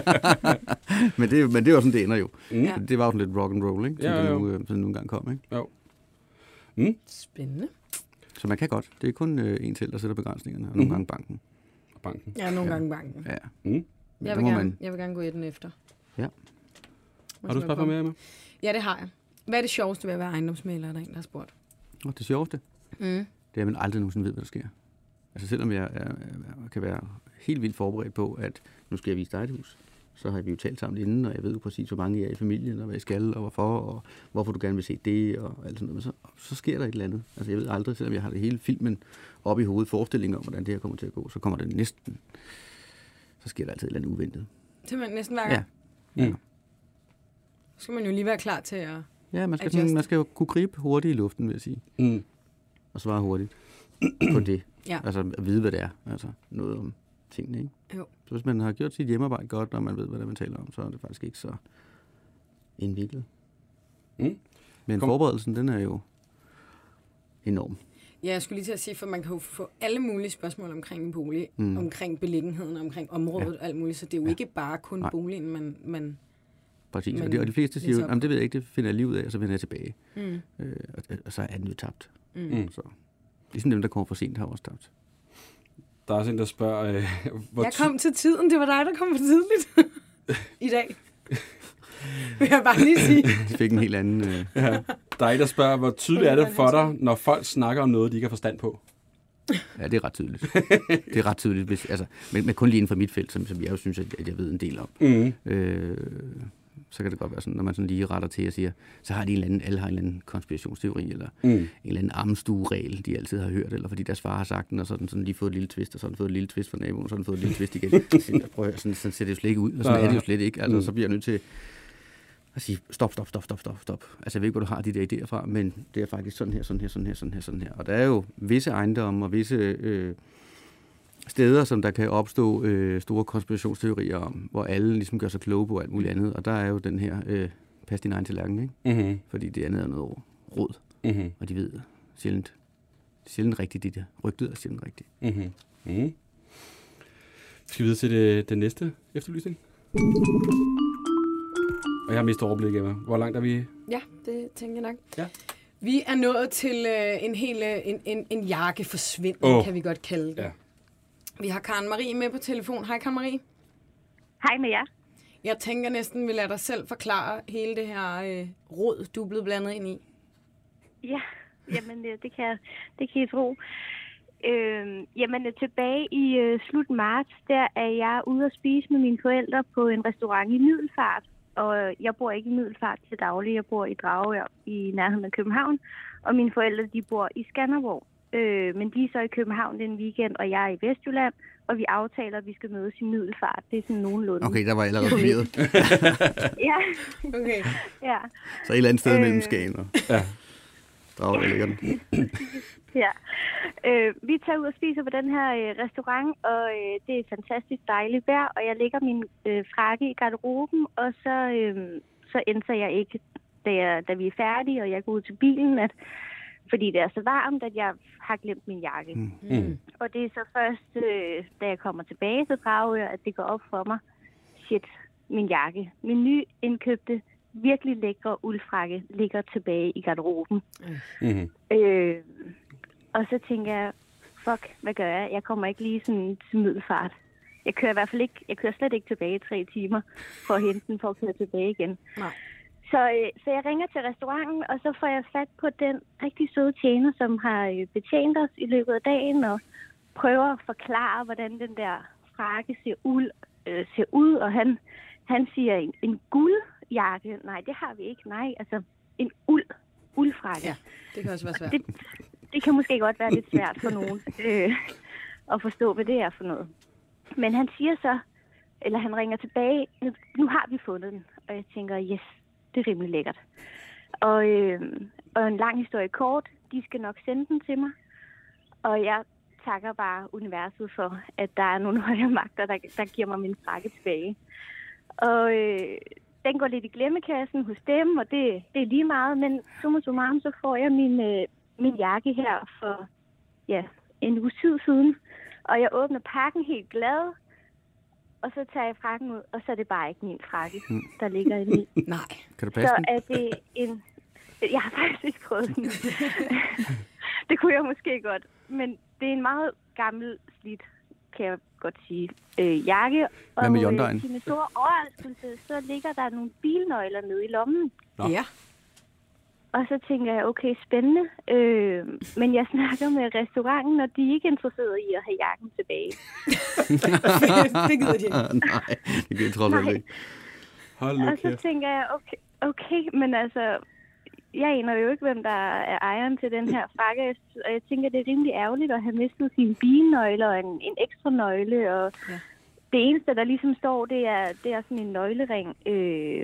men, det, men det var sådan, det ender jo.
Mm.
Ja.
Ja. Det var jo sådan lidt rock and roll, ikke? Som,
Ja,
ja,
ja,
ja.
ja.
Det nu, øh, som det nu engang kom, ikke?
Spændende.
Så man kan godt. Det er kun øh, en til, der sætter begrænsningerne,
Mm.
og nogle gange banken.
Og banken.
Ja, nogle gange banken.
Ja.
Mm.
Men
Jeg
der
vil,
må
gerne,
man...
jeg vil gerne gå i den efter.
Ja.
Har du et spørgsmål mere med?
Ja, det har jeg. Hvad er det sjoveste ved at være ejendomsmaler, er der en, der har spurgt?
Og det sjoveste,
Mm.
det er, at man aldrig nogensinde ved, hvad der sker. Altså selvom jeg er, er, kan være helt vildt forberedt på, at nu skal jeg vise dig et hus, så har vi jo talt sammen inden, og jeg ved jo præcis, hvor mange I er i familien, og hvad I skal, og hvorfor, og hvorfor du gerne vil se det, og alt sådan noget. Men så, så sker der et eller andet. Altså, jeg ved aldrig, selvom jeg har det hele filmen op i hovedet, forestillingen om, hvordan det her kommer til at gå, så kommer det næsten. Så sker der altid et eller andet uventet.
Simpelthen næsten hver gang.
Ja.
Ja. Så skal man jo lige være klar til at...
Ja, man skal,
Adjust.
sådan, man skal jo kunne gribe hurtigt i luften, vil jeg sige.
Mm.
Og svare hurtigt på det.
Ja.
Altså at vide, hvad det er. Altså noget om tingene, ikke?
Jo.
Så hvis man har gjort sit hjemmearbejde godt, og man ved, hvad det er, man taler om, så er det faktisk ikke så indviklet.
Mm.
Men
Kom.
forberedelsen, den er jo enorm.
Ja, jeg skulle lige til at sige, for man kan jo få alle mulige spørgsmål omkring en bolig, mm. omkring beliggenheden, omkring området ja. og alt muligt, så det er jo ja. ikke bare kun Nej. boligen, man, man...
Præcis.
Men
og, de, og de fleste
læs
siger jo,
op.
"Jamen, det ved jeg ikke, det finder jeg lige ud af, og så vender jeg tilbage. Mm. Øh, og, og, så er den jo tabt. Mm. Så. Ligesom dem, der kommer for sent, har også tabt.
Der er også en, der spørger, øh, hvor
Jeg kom til tiden, det var dig, der kom for tidligt i dag. Vil jeg bare lige sige.
De fik en helt anden... Øh,
ty- der er en, der spørger, hvor tydeligt er det for dig, når folk snakker om noget, de ikke har forstand på?
Ja, det er ret tydeligt. det er ret tydeligt, hvis, altså, men, men kun lige inden for mit felt, som, som jeg jo synes, at, at jeg ved en del om.
Mm.
Øh, så kan det godt være sådan, når man sådan lige retter til og siger, så har de en eller anden, alle har en eller anden konspirationsteori, eller mm. en eller anden armstueregel, de altid har hørt, eller fordi deres far har sagt den, og sådan, sådan lige fået et lille twist, og sådan fået et lille twist fra naboen, og sådan fået et lille twist igen. Så siger jeg, Prøv at høre, sådan, sådan ser det jo slet ikke ud, og sådan
Nej,
er det jo
nej.
slet ikke. Altså, mm. så bliver jeg nødt til at sige, stop, stop, stop, stop, stop, stop. Altså, jeg ved ikke, hvor du har de der idéer fra, men det er faktisk sådan her, sådan her, sådan her, sådan her, sådan her. Og der er jo visse ejendomme og visse øh, steder, som der kan opstå øh, store konspirationsteorier om, hvor alle ligesom gør sig kloge på alt muligt andet. Og der er jo den her, øh, pas din egen tallerken, ikke?
Mm-hmm.
Fordi det andet er noget råd,
Mm-hmm.
og de ved sjældent, sjældent rigtigt, det der rygtet er sjældent rigtigt.
Mm-hmm. Mm. Skal vi videre til det, den næste efterlysning? Og jeg har mistet overblik, Emma. Hvor langt er vi?
Ja, det tænker jeg nok.
Ja.
Vi er nået til øh, en hel øh, en, en, en jakkeforsvinding,
Åh.
oh. kan vi godt kalde det.
Ja.
Vi har Karen Marie med på telefon. Hej Karen Marie.
Hej med jer.
Jeg tænker næsten, vi lader dig selv forklare hele det her øh, råd, du er blevet blandet ind i.
Ja, jamen øh, det kan, jeg- det kan I tro. Øh, jamen øh, tilbage i øh, slut marts, der er jeg ude at spise med mine forældre på en restaurant i Middelfart. Og øh, jeg bor ikke i Middelfart til daglig, jeg bor i Dragør i nærheden af København. Og mine forældre, de bor i Skanderborg. Øh, men de er så i København den weekend, og jeg er i Vestjylland. Og vi aftaler, at vi skal mødes i Middelfart. Det er sådan nogenlunde.
Okay, der var jeg allerede forvirret.
Ja,
Okay.
ja,
Så et eller andet sted
Øh.
mellem Skagen og
Ja.
Dragør ligger den.
ja. Øh, vi tager ud og spiser på den her øh, restaurant, og øh, det er fantastisk dejligt vejr, og jeg lægger min øh, frakke i garderoben, og så, øh, så indser jeg ikke, da, jeg, da vi er færdige, og jeg går ud til bilen, at fordi det er så varmt, at jeg har glemt min jakke. Mm.
Mm.
Og det er så først, øh, da jeg kommer tilbage til Dragør, at det går op for mig. Shit, min jakke. Min nyindkøbte, virkelig lækre uldfrakke ligger tilbage i garderoben.
Mm-hmm.
Øh, og så tænker jeg, fuck, hvad gør jeg? Jeg kommer ikke lige sådan til middelfart. Jeg kører i hvert fald ikke, jeg kører slet ikke tilbage i tre timer for at hente den, for at køre tilbage igen.
Nej.
Så, øh, så jeg ringer til restauranten, og så får jeg fat på den rigtig søde tjener, som har øh, betjent os i løbet af dagen, og prøver at forklare, hvordan den der frakke ser ud, øh, ser ud og han, han siger, en, en guldjakke, nej, det har vi ikke, nej, altså en uld, uldfrakke
Ja, det kan også være svært.
det, Altså, det kan måske godt være lidt svært for nogen øh, at forstå, hvad det er for noget. Men han siger så, eller han ringer tilbage, nu, nu har vi fundet den. Og jeg tænker, yes, det er rimelig lækkert. Og, øh, og en lang historie kort, de skal nok sende den til mig. Og jeg takker bare universet for, at der er nogle højere magter, der, der giver mig min frakke tilbage. Og øh, den går lidt i glemmekassen hos dem, og det, det er lige meget. Men summa summarum, så får jeg min, øh, min jakke her for ja, en uge tid siden. Og jeg åbner pakken helt glad, og så tager jeg frakken ud, og så er det bare ikke min frakke, der ligger i min.
Nej.
Kan du passe
Så
den?
er det en... Jeg har faktisk ikke prøvet den. det kunne jeg måske godt. Men det er en meget gammel slidt, kan jeg godt sige, øh, jakke.
Hvad med
øh,
Hyundai'en?
Til min store overraskelse, så ligger der nogle bilnøgler nede i lommen.
Nå.
Ja.
Og så tænker jeg, okay, spændende. Øh, men jeg snakker med restauranten, og de er ikke interesserede i at have jakken tilbage.
det gider de ikke.
Ah, nej, det kan jeg trods alt
Nej.
ikke.
Hold
Okay.
nu
Og
Altså,
så
kæft.
tænker jeg, okay, okay, men altså, jeg aner jo ikke, hvem der er ejeren til den her frakke. Og jeg tænker, det er rimelig ærgerligt at have mistet sine bilnøgle og en, en ekstra nøgle. Og ja. det eneste, der ligesom står, det er, det er sådan en nøglering øh,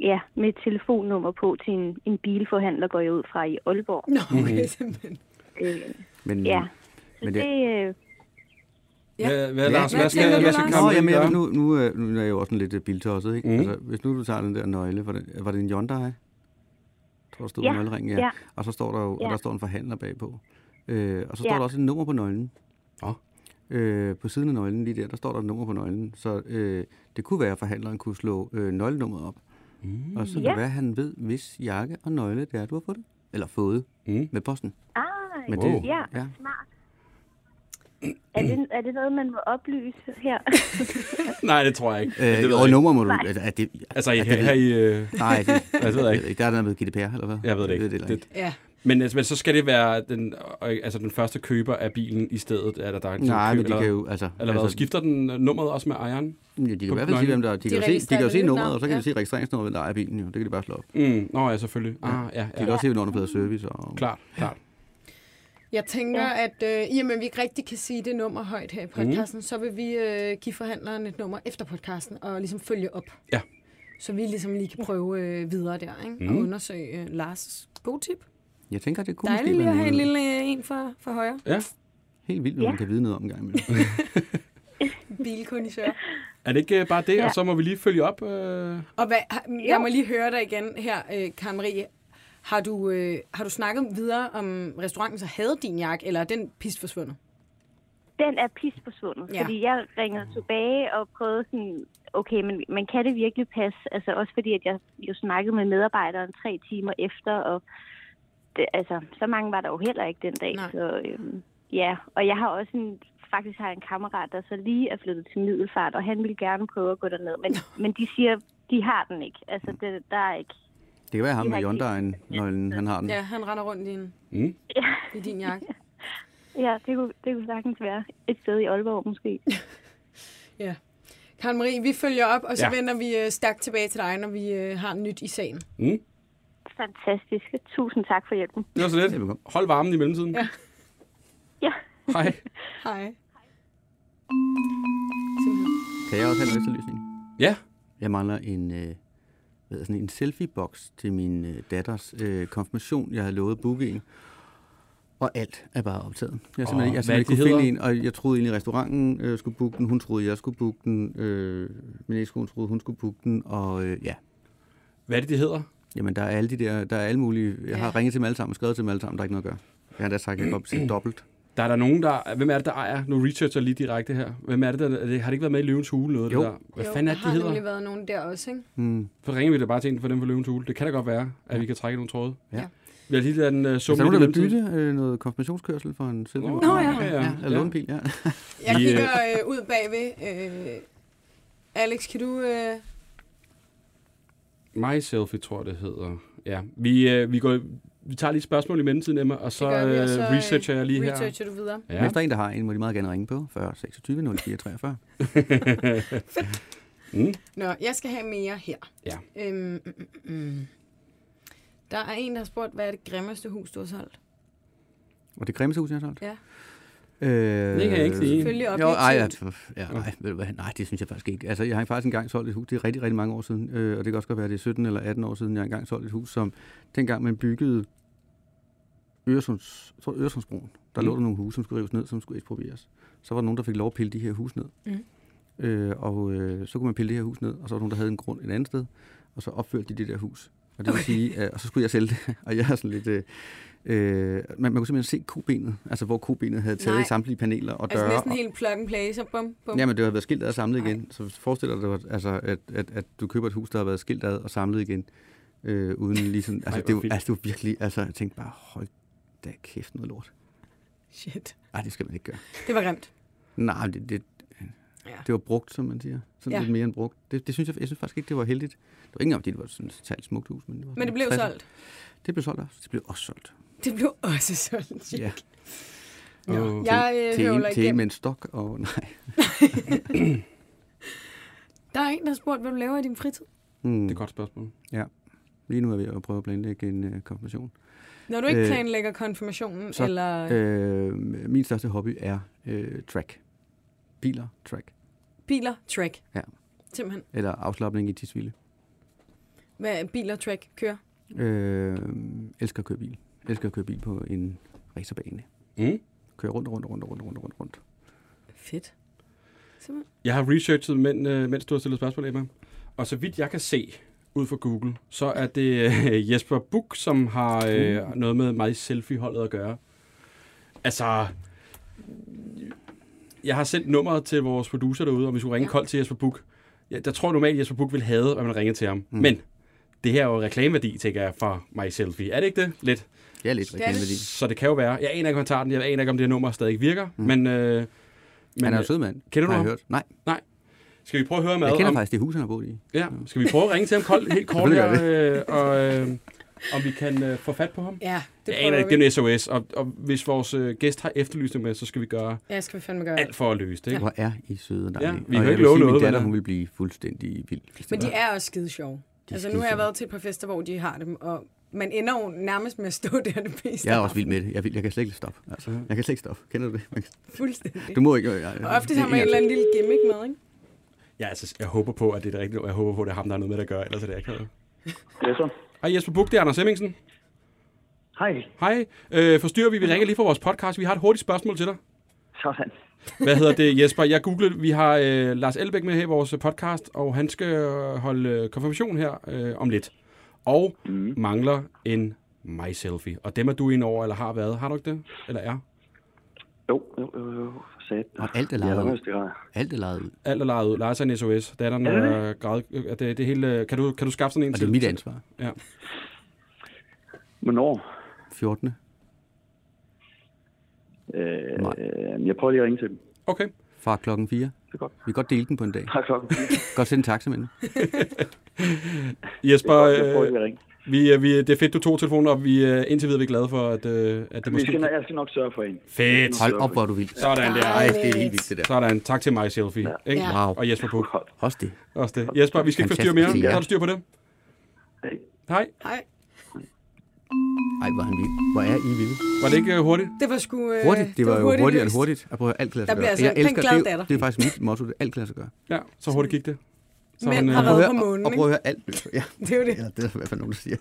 ja, med et telefonnummer på til en, en bilforhandler, går jeg ud fra i Aalborg.
Nå, okay, simpelthen.
Øh,
Men,
ja, så
Men
men
det-
det, det øh,
Ja.
Hvad, hvad,
Hvad-
Lars,
hvad
hvad skal,
tænker du,
hvad skal
Lars?
Nå,
Karoline
jamen,
gøre?
jeg, nu, nu, er- nu er jeg jo også en lidt øh, biltosset, ikke?
Mhm.
Mm. Altså, hvis nu du tager den der nøgle, var det, var det en Hyundai? Jeg tror, der stod ja.
Ja,
nøgleringen, ja.
ja.
Og så står der jo,
Ja.
og der står en forhandler bagpå. Øh, og så står
Ja.
der også et nummer på nøglen.
Nå.
Øh, på siden af nøglen lige der, der står der et nummer på nøglen. Så øh, det kunne være, at forhandleren kunne slå øh, nøglenummeret op. Mm. Og så kan
Ja.
det være, at han ved, hvis jakke og nøgle det er, du har fået det. Eller fået
Mm.
mm. med posten.
ah,
Men
Wow.
det,
ja,
ja.
smart. Er det, er det noget, man må oplyse her?
Nej, det tror jeg ikke.
Øh,
det ved jeg
og
ikke.
nummer må du...
Nej.
Altså, er det,
Altså,
er
her,
det-
her i... Øh,
Nej, det,
jeg ved ikke.
Der er noget med GDPR, eller hvad?
jeg ved det ikke.
heller
Det,
Ja.
men, altså, men så skal det være den, øh, altså, den første køber af bilen i stedet? Eller der er en
Nej,
kø-
men de
eller,
kan jo... Altså,
Eller hvad,
altså,
skifter den øh, nummeret også med ejeren?
ja, de kan i hvert fald
nøglen?
sige, hvem der... De, kan, jo se, de kan
registrerer
jo
det
se
ved
nummeret,
navn,
og så kan
ja.
de se registreringsnummeret, der er i bilen jo. Det kan de bare slå op. De
Mm. Nå ja, selvfølgelig. Ah, ja, ja.
kan også se, hvornår der er blevet service. Og,
Klart, klart.
Jeg tænker, ja. at øh, i og med, at vi ikke rigtig kan sige det nummer højt her i podcasten, mm. så vil vi øh, give forhandleren et nummer efter podcasten og ligesom følge op.
Ja.
Så vi ligesom lige kan prøve øh, videre der, ikke? Mm. Og undersøge øh, Lars' gode tip.
Jeg tænker, det kunne
Dejligt
måske
lige at have
være
en
en
lille øh, en for, for højre.
Ja.
Helt vildt, hvad man
Ja.
kan vide noget om en gang imellem.
Bilkondisør.
Er det ikke øh, bare det, ja.
Ja.
og så må vi lige følge op? Øh...
Og hvad, jeg må lige høre dig igen her, øh, Karen Marie. Har du, øh, har du snakket videre om restauranten, så havde din jakke, eller er den pist forsvundet?
den er pis forsvundet.
Ja.
Ja. Fordi jeg ringede tilbage og prøvede sådan, okay, men, men kan det virkelig passe? Altså også fordi, at jeg jo snakkede med medarbejderen tre timer efter, og det, altså, så mange var der jo heller ikke den dag.
Nej.
Så, øhm, ja, og jeg har også en, faktisk har jeg en kammerat, der så lige er flyttet til Middelfart, og han ville gerne prøve at gå derned, men, men de siger, de har den ikke. Altså, det, der er ikke
Det kan være ham
De
med
har ikke-
Hyundai'en, nøglen, han har den.
Mm. Ja, han render rundt i, en,
Mm.
i din jakke.
Ja, det kunne, det kunne sagtens være et sted i Aalborg måske.
Ja. Karen Marie, vi følger op, og så
Ja.
ja. vender vi øh, stærkt tilbage til dig, når vi øh, har nyt i sagen.
Mm.
Fantastisk. Tusind tak for hjælpen.
Det var så lidt.
Velbekomme.
Hold varmen i mellemtiden. Ja.
Ja,
Hej.
Hej.
Kan jeg også have en efterlysning?
Ja.
Jeg mangler en, øh, hvad hedder sådan, en selfie-boks til min øh, datters øh, konfirmation. Jeg havde lovet at booke en. Og alt er bare optaget. Jeg har
Åh,
simpelthen, oh, jeg har
hvad
simpelthen ikke
de
kunne finde en,
hedder?
og jeg troede egentlig, at restauranten øh, skulle booke den. Hun troede, jeg skulle booke den. Øh, min ekskone troede, hun skulle booke den. Og øh, ja,
Hvad er det, det hedder?
jamen der er alle de der, der er alle mulige. Jeg har
Ja.
ringet til dem alle sammen, skrevet til dem alle sammen, der er ikke noget at gøre. Jeg har da sagt, at jeg godt bestille dobbelt. Altså,
Der er der nogen, der... Hvem er det, der ejer? Nu researcher jeg lige direkte her. Hvem er det, der... er det- Har det ikke været med i Løvens Hule noget,
Jo.
det der? Hvad fanden er
der
det, de
har
hedder?
nemlig været nogen der også, ikke?
Hmm.
Så ringer vi da bare til en for dem for Løvens Hule. Det kan da godt være, at vi kan trække nogle tråde.
Ja.
Vi har lige lavet en uh,
Så Altså,
sum
er der nogen, der vil bytte øh, noget konfirmationskørsel for en selfie
Nå,
ja.
ja.
ja. Eller lånebil, ja.
Jeg
Vi, øh,
kigger øh, ud bagved. Øh, Alex, kan du... Øh,
My Selfie, tror jeg, det hedder. Ja. Vi, øh, vi, går, vi tager lige et spørgsmål i mellemtiden, Emma, og så,
det gør vi, og
øh,
så øh,
researcher jeg lige her.
researcher du videre.
Ja.
Ja. Hvis der er en, der har en, må de meget gerne ringe på 40 26 04 43.
Nå, jeg skal have mere her.
Ja.
Øhm, mm, mm, mm. Der er en, der har spurgt, hvad er det grimmeste hus, du har solgt?
Og det grimmeste hus, jeg har solgt?
Ja.
Øh,
Det kan jeg ikke sige.
Selvfølgelig
Jo, ej, ja,
objektivt.
pf, ja, nej, ved du hvad, nej, det synes jeg faktisk ikke. Altså, jeg har faktisk engang solgt et hus, det er rigtig, rigtig mange år siden, øh, og det kan også godt være, at det er 17 eller 18 år siden, jeg engang solgte et hus, som dengang man byggede Øresunds, jeg tror, Øresundsbroen, der
Mm.
mm. lå der nogle huse, som skulle rives ned, som skulle eksproprieres. Så var der nogen, der fik lov at pille de her hus ned. Mm. Øh, og øh, så kunne man pille det her hus ned, og så var der nogen, der havde en grund et andet sted, og så opførte de det der hus. Og det vil sige, øh, og så skulle jeg sælge det, og jeg er sådan lidt... Øh, øh, man, man kunne simpelthen se kobenet, altså hvor kobenet havde taget
Nej.
i samtlige paneler og døre.
Altså næsten
og-
helt plug and play, så bum, bum.
Jamen, det har været skilt ad og samlet igen. Så forestil dig, at, det var- altså, at, at, at du køber et hus, der har været skilt ad og samlet igen. Øh, uden ligesom, altså,
Ej,
Ej,
hvor
det, var,
vildt.
altså, det var virkelig, altså, jeg tænkte bare, hold da kæft noget lort.
Shit.
Nej, det skal man ikke gøre.
Det var grimt.
Nej, men det, det,
Ja.
Det var brugt, som man siger. Sådan
Ja.
ja. lidt mere end brugt. Det, det synes jeg, jeg synes faktisk ikke, det var heldigt. Det var ikke engang, fordi det var sådan et særligt smukt hus. Men det, var
Men det blev
sådan-
solgt.
Det blev solgt også. Det blev også solgt.
Det blev også solgt.
Ja.
Åh,
Jeg øh,
til, en,
høvler
til en
igennem.
med en stok. Og, nej.
Der er en, der har spurgt, hvad du laver i din fritid.
Mm.
Det er et godt spørgsmål.
Lige nu er jeg ved at prøve at planlægge en øh, konfirmation.
Når du ikke
Øh,
planlægger konfirmationen,
så,
eller øh,
Øh, min største hobby er øh, track. Biler, track.
biler, track.
Ja.
Simpelthen.
Eller afslappning i Tisvilde.
Hvad er biler, track, kører.
Øh, elsker at køre bil. Elsker at køre bil på en racerbane.
Mm.
Kører rundt, rundt, rundt, rundt, rundt, rundt, rundt.
Fedt. Simpelthen.
Jeg har researchet, men, øh, mens du har stillet spørgsmål, Emma. Og så vidt jeg kan se ud fra Google, så er det øh, Jesper Buch, som har øh,
Mm.
noget med mig i selfie-holdet at gøre. Altså, jeg har sendt nummeret til vores producer derude, om vi skulle ringe ja. koldt til Jesper Buch. Ja, der tror jeg normalt, at Jesper Buch ville have, at man ringede til ham. Mm. Men det her er jo reklameværdi, tænker jeg, for mig i selfie. Er det ikke det? Lidt.
Jeg er lidt
Det er det.
reklameværdi.
Så det kan jo være. Jeg aner ikke, om han tager den. Jeg aner ikke, om det her nummer stadig virker. Mm. Men, øh, men
Han er jo sød mand.
Kender
har
du
jeg
ham?
hørt. Nej,
skal vi prøve at høre med
jeg kender
om,
faktisk det hus, han har boet i.
Ja, skal vi prøve at ringe til ham kold, helt kort her,
Selvfølgelig
øh, og øh, om vi kan øh, få fat på ham?
Ja, det
Jeg aner
prøver
ikke,
vi.
det er en SOS, og, og hvis vores øh, gæst har efterlyst det med, så skal vi gøre
Ja, skal vi fandme gøre.
alt for at løse det. Ikke?
Hvor er I søde og dejlige.
Ja, vi
Og
kan
jeg
ikke
vil
love
sige,
noget,
Min datter,
men-
hun vil blive fuldstændig vild. hvis
Men
det
de
var.
er også skide sjove. Altså, nu har jeg
skidesjove.
været til et par fester, hvor de har dem, og man ender jo nærmest med at stå der det meste.
Jeg er
af
også vild med det. Jeg, vil, jeg kan slet ikke stoppe. Altså, jeg kan slet ikke stoppe. Kender du det? Man kan,
aftenen. Fuldstændig.
du må ikke... Jeg, jeg,
Og ofte har man en eller anden lille gimmick med, ikke?
Ja, altså, jeg håber på, at det er det rigtige, og jeg håber på, at det er ham, der har noget med det at gøre, ellers er det ikke noget.
Ja, så.
Hej Jesper Buk, det er Anders Hemmingsen.
Hej.
Hej, øh, forstyrrer vi, vi ringer lige fra vores podcast, vi har et hurtigt spørgsmål til dig.
Sådan.
Hvad hedder det, Jesper? Jeg googlede, vi har øh, Lars Elbæk med her i vores podcast, og han skal øh, holde øh, konfirmation her øh, om lidt. Og
Mhm.
mm. mangler en my selfie. Og dem er du ind over, eller har været. Har du ikke det? Eller er?
Jo, jo, jo, jo. For sat.
Og alt er lavet
Ja,
ud.
det er
Alt er lavet ud.
Alt er lejet ud. Lars er en SOS. Datteren
det
er grad, øh, det, det hele, øh, kan, du, kan du skaffe sådan en
Altså,
Og det er mit ansvar.
Ja.
Hvornår?
14.
Øh,
Nej.
øh, jeg prøver lige at ringe til dem.
Okay.
Fra klokken 4.
Det er godt.
Vi kan godt dele den på en dag.
Tak klokken.
Godt sende en taxa med den.
Jesper,
Jeg prøver lige
øh,
at ringe.
vi, øh, vi, det er fedt, du tog telefonen, og vi, øh, indtil videre er vi glade for, at, øh, at det
Vi skal,
måske...
jeg skal nok sørge for en.
Fedt.
Hold op, hvor er du vild.
Sådan der.
Ej, det er helt vildt, det der.
Sådan. Tak til mig, selfie. Ikke?
Ja.
Wow.
Og Jesper Buk.
Også det.
Også det. Jesper, vi skal ikke forstyrre mere.
Fantastisk,
Ja.
ja.
Har du styr på det?
Hej.
Hej.
Nej,
Ej, hvor er han vild. Hvor er I vilde.
Var det ikke øh, hurtigt?
det var sgu... Øh,
Hurtigt. Det var jo hurtigere end
løst.
hurtigt. Jeg prøver alt kan lade sig
Der bliver
gøre.
altså
Jeg
en
elsker,
glad
det, er
datter.
jo- det er faktisk mit motto. Det er alt kan lade sig gøre.
Ja, så hurtigt gik det. Så
Mænd
han,
har været
øh,
Prøv at
på
høre-
månen,
Og prøv at
ikke?
høre alt løser. Ja,
Det er jo det.
ja det er der i hvert fald nogen, der siger.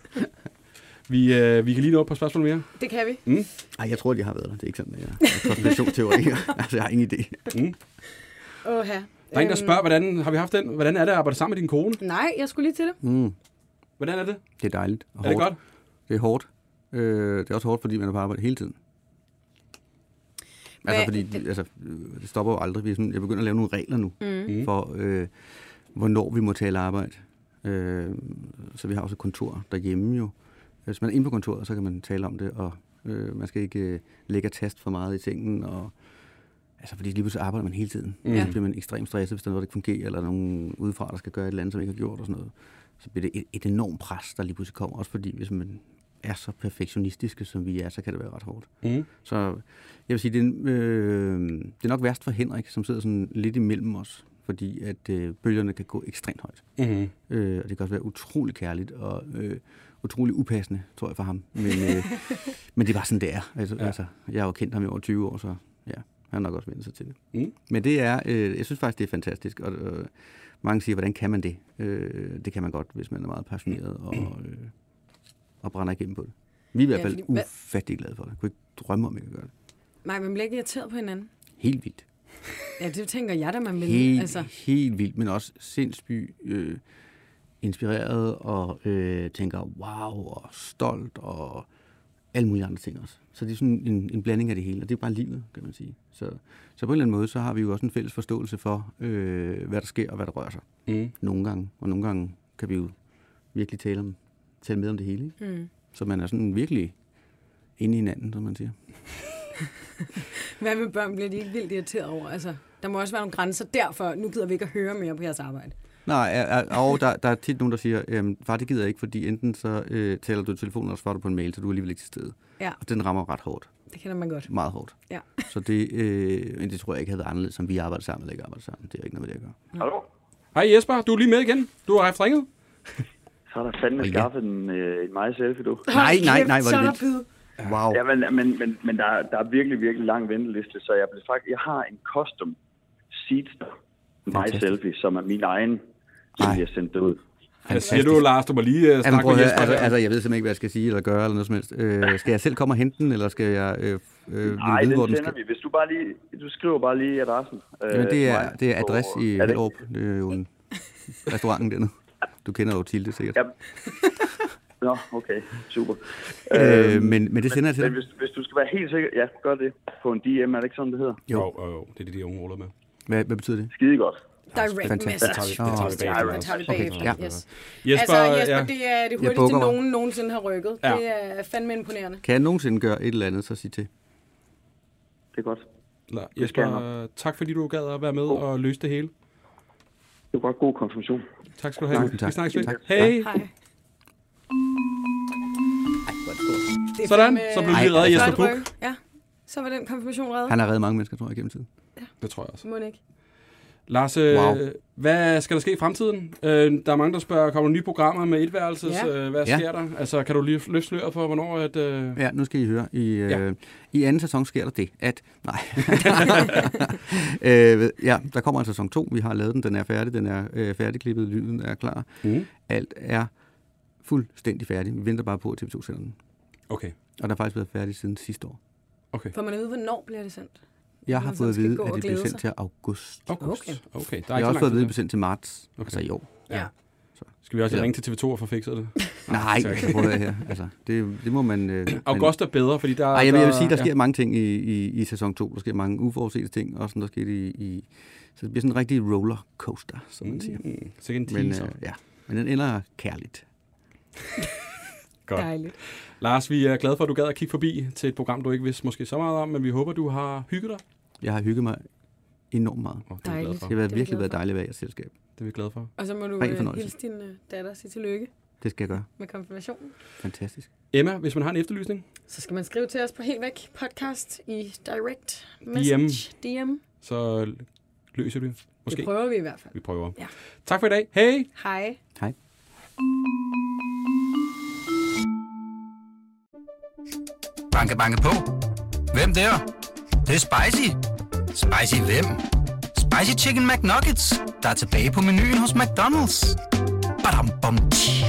vi, øh, vi kan lige nå op på et spørgsmål mere.
Det kan vi.
Mm. Ej, jeg tror, de har været der. Det er ikke sådan, at jeg er konspirationsteorier. altså, jeg har ingen idé.
Åh, her.
Der er en, der
Øhm.
spørger, hvordan har vi haft den? Hvordan er det at arbejde sammen med din kone?
Nej, jeg skulle lige til det.
Mm,
Hvordan er det?
det er dejligt. Og
Er det godt?
Det er hårdt. Øh, det er også hårdt, fordi man er på arbejde hele tiden. Altså,
Hvad-
fordi vi- altså, øh, det stopper jo aldrig. Vi er sådan, jeg begynder at lave nogle regler nu mm. for, øh, hvornår vi må tale arbejde. Øh, så vi har også et kontor derhjemme jo. Hvis man er inde på kontoret, så kan man tale om det, og øh, man skal ikke øh, lægge og tast for meget i tingene. Og, altså, fordi lige pludselig arbejder man hele tiden. Mm. Så bliver man ekstremt stresset, hvis der er noget, der ikke fungerer, eller nogen udefra, der skal gøre et eller andet, som ikke har gjort og sådan noget. Så bliver det et, et enormt pres, der lige pludselig kommer. Også fordi, hvis man er så perfektionistiske, som vi er, så kan det være ret hårdt.
Mm.
Så jeg vil sige, det er, en- øh, det er nok værst for Henrik, som sidder sådan lidt imellem os, fordi at øh, bølgerne kan gå ekstremt højt.
Mm-hmm.
Øh, og det kan også være utrolig kærligt og øh, utrolig upassende, tror jeg, for ham. Men, øh, men det er bare sådan, det er. Altså, ja. altså, jeg har jo kendt ham i over 20 år, så ja, han har nok også vendt sig til det.
Mm.
Men det er, øh, jeg synes faktisk, det er fantastisk. Og øh, mange siger, hvordan kan man det? Øh, det kan man godt, hvis man er meget passioneret og, øh, og brænder igennem på det. Vi er i hvert
Mm. Ja,
fald
fordi hvad-
ufattelig glade for det. Jeg kunne ikke drømme om, at jeg kan gøre det.
Nej, man bliver ikke irriteret på hinanden.
Helt vildt.
Ja, det tænker jeg da, man vil.
Helt,
Altså,
altså. helt vildt, men også sindssygt øh, inspireret og øh, tænker wow og stolt og alle mulige andre ting også. Så det er sådan en, en blanding af det hele, og det er bare livet, kan man sige. Så, så på en eller anden måde, så har vi jo også en fælles forståelse for, øh, hvad der sker og hvad der rører sig.
Mm.
Nogle gange, og nogle gange kan vi jo virkelig tale, om, tale med om det hele. Ikke? Mm. Så man er sådan virkelig inde i hinanden, som man siger.
Hvad med børn bliver de ikke vildt irriteret over? Altså, der må også være nogle grænser derfor. Nu gider vi ikke at høre mere på jeres arbejde.
Nej, er- er- og der, der er tit nogen, der siger, øhm, far, det gider jeg ikke, fordi enten så øh, taler du i telefonen, eller svarer du på en mail, så du er alligevel ikke til stede.
Ja,
Og den rammer ret hårdt.
det kender man godt.
Meget hårdt.
Ja.
Så det, øh, men det tror jeg ikke havde været anderledes, som vi arbejder sammen eller ikke arbejder sammen. Det er jo ikke noget, med det at gøre.
Hallo?
Hej Jesper, du er lige med igen. Du har haft ringet.
Så er der fandme
Ja.
skaffet en, øh, en meget selfie, du.
Nej, nej, nej, hvor
hvor
er det
det vildt.
Wow.
Ja, men, men, men, men der, er- der er virkelig, virkelig lang venteliste, så jeg, blev faktisk, jeg har en custom seatster, my
Fantastisk.
selfie, som er min egen, som
Ej.
jeg sendte ud.
Hvad siger du, Lars? Du må lige uh,
Jamen,
snakke
prøv
med
at høre,
Jesper.
altså,
Altså,
altså, jeg ved simpelthen ikke, hvad jeg skal sige eller gøre, eller noget som helst. Øh, skal jeg selv komme og hente den, eller skal jeg øh, øh, vil
Nej,
vide,
den
hvor den
sender
skal?
vi. Hvis du bare lige, du skriver bare lige adressen. Øh,
Jamen, det
til
er,
mig.
det er adress
Og-
i
er det-
Hellerup. Det er jo en restauranten dernede. Du kender jo Tilde sikkert.
Ja. Nå, okay, super.
Øh, men, men det sender jeg til
Men
dig.
hvis, hvis du skal være helt sikker, ja, gør det på en DM, er det ikke sådan, det hedder?
jo, jo, jo, det er det, de unge ruller med.
Altså,
Hvad, hvad betyder det?
Skide godt.
Direct
Fantastisk.
message.
Det tager vi, det tager vi
Ja, det
bagefter.
tager vi
Lars.
bagefter.
ja.
Yes.
Jesper,
altså, Jesper,
ja.
det er det
bukker
hurtigste,
mig.
nogen nogensinde har rykket.
Ja.
Ja. Det er fandme imponerende.
Kan jeg nogensinde gøre et eller andet, så sig til.
Det er godt.
La-
skal jeg
Jesper, øh, tak fordi du gad at være med og løse det hele.
Det var god konfirmation.
Tak skal du have.
Tusind tak.
Vi snakkes ved.
Tak.
Hej.
Hej. Det er
Sådan,
fandme-
så blev
Ej,
vi reddet
altså.
Jesper
Flot
Puk.
ryk. Ja, så var den konfirmation reddet.
Han har reddet mange mennesker, tror jeg, gennem tiden.
Det tror jeg også.
Må den ikke.
Lars, øh,
Wow.
hvad skal der ske i fremtiden? Øh, der er mange, der spørger, kommer der nye programmer med etværelses?
Ja.
Øh, hvad
Ja.
sker der? Altså, kan du lige løfte sløret for, hvornår at... Øh...
Ja, nu skal I høre. I, øh,
Ja.
i anden sæson sker der det, at... Nej. øh, ja, der kommer en sæson 2. Vi har lavet den. Den er færdig. Den er øh, færdigklippet. Lyden er klar.
Mm.
Alt er fuldstændig færdig. Vi venter bare på, at TV2 sender den.
Okay,
Og der er faktisk været færdig siden sidste år.
okay.
Får man at vide, hvornår bliver det sendt?
Jeg har
Man
fået at
sådan skal
vide,
gå
at
og
det
glæde
bliver sendt
sig.
til august.
August.
Okay.
okay. Der
Jeg
er
har
ikke
også
så
fået at
langt
vide, at det
til.
bliver sendt til marts, okay. altså i år.
Ja.
Ja.
Skal vi også
Ja.
ringe til TV2 og få fikset det?
Nej,
tak.
jeg prøver her. Altså, det, det må man... Øh,
August er bedre, fordi der...
Men, ej, jeg, vil, jeg vil sige, der
ja.
sker mange ting i, i, i sæson 2. Der sker mange uforudsete ting, og sådan der skete i, i... Så det bliver sådan en rigtig rollercoaster, som man siger.
Mm, sikke en
Men,
teaser.
øh, ja. Men den ender kærligt.
Godt.
Dejligt.
Lars, vi er glade for, at du gad at kigge forbi til et program, du ikke vidste måske så meget om, men vi håber, du har hygget dig.
Jeg har hygget mig enormt meget.
Oh, det, er vi glade
Dejligt.
for.
Det har været
Det er vi
virkelig
glade
været
for.
dejligt at være i jeres selskab.
det er vi glade for.
Og så må du
Ren
øh,
fornøjelse.
hilse din øh, datter og sige tillykke
Det skal jeg gøre.
med konfirmationen.
Fantastisk.
Emma, hvis man har en efterlysning,
Så skal man skrive til os på Helt Væk podcast i direct message. DM.
så løser vi det. måske.
Det prøver vi i hvert fald.
Vi prøver.
Ja.
Tak for i dag. Hej!
Hej.
Hej.
Banke, banke på. Hvem der? Det, det er spicy. Spicy hvem? Spicy Chicken McNuggets, der er tilbage på menuen hos McDonald's. Badum, bom, tji.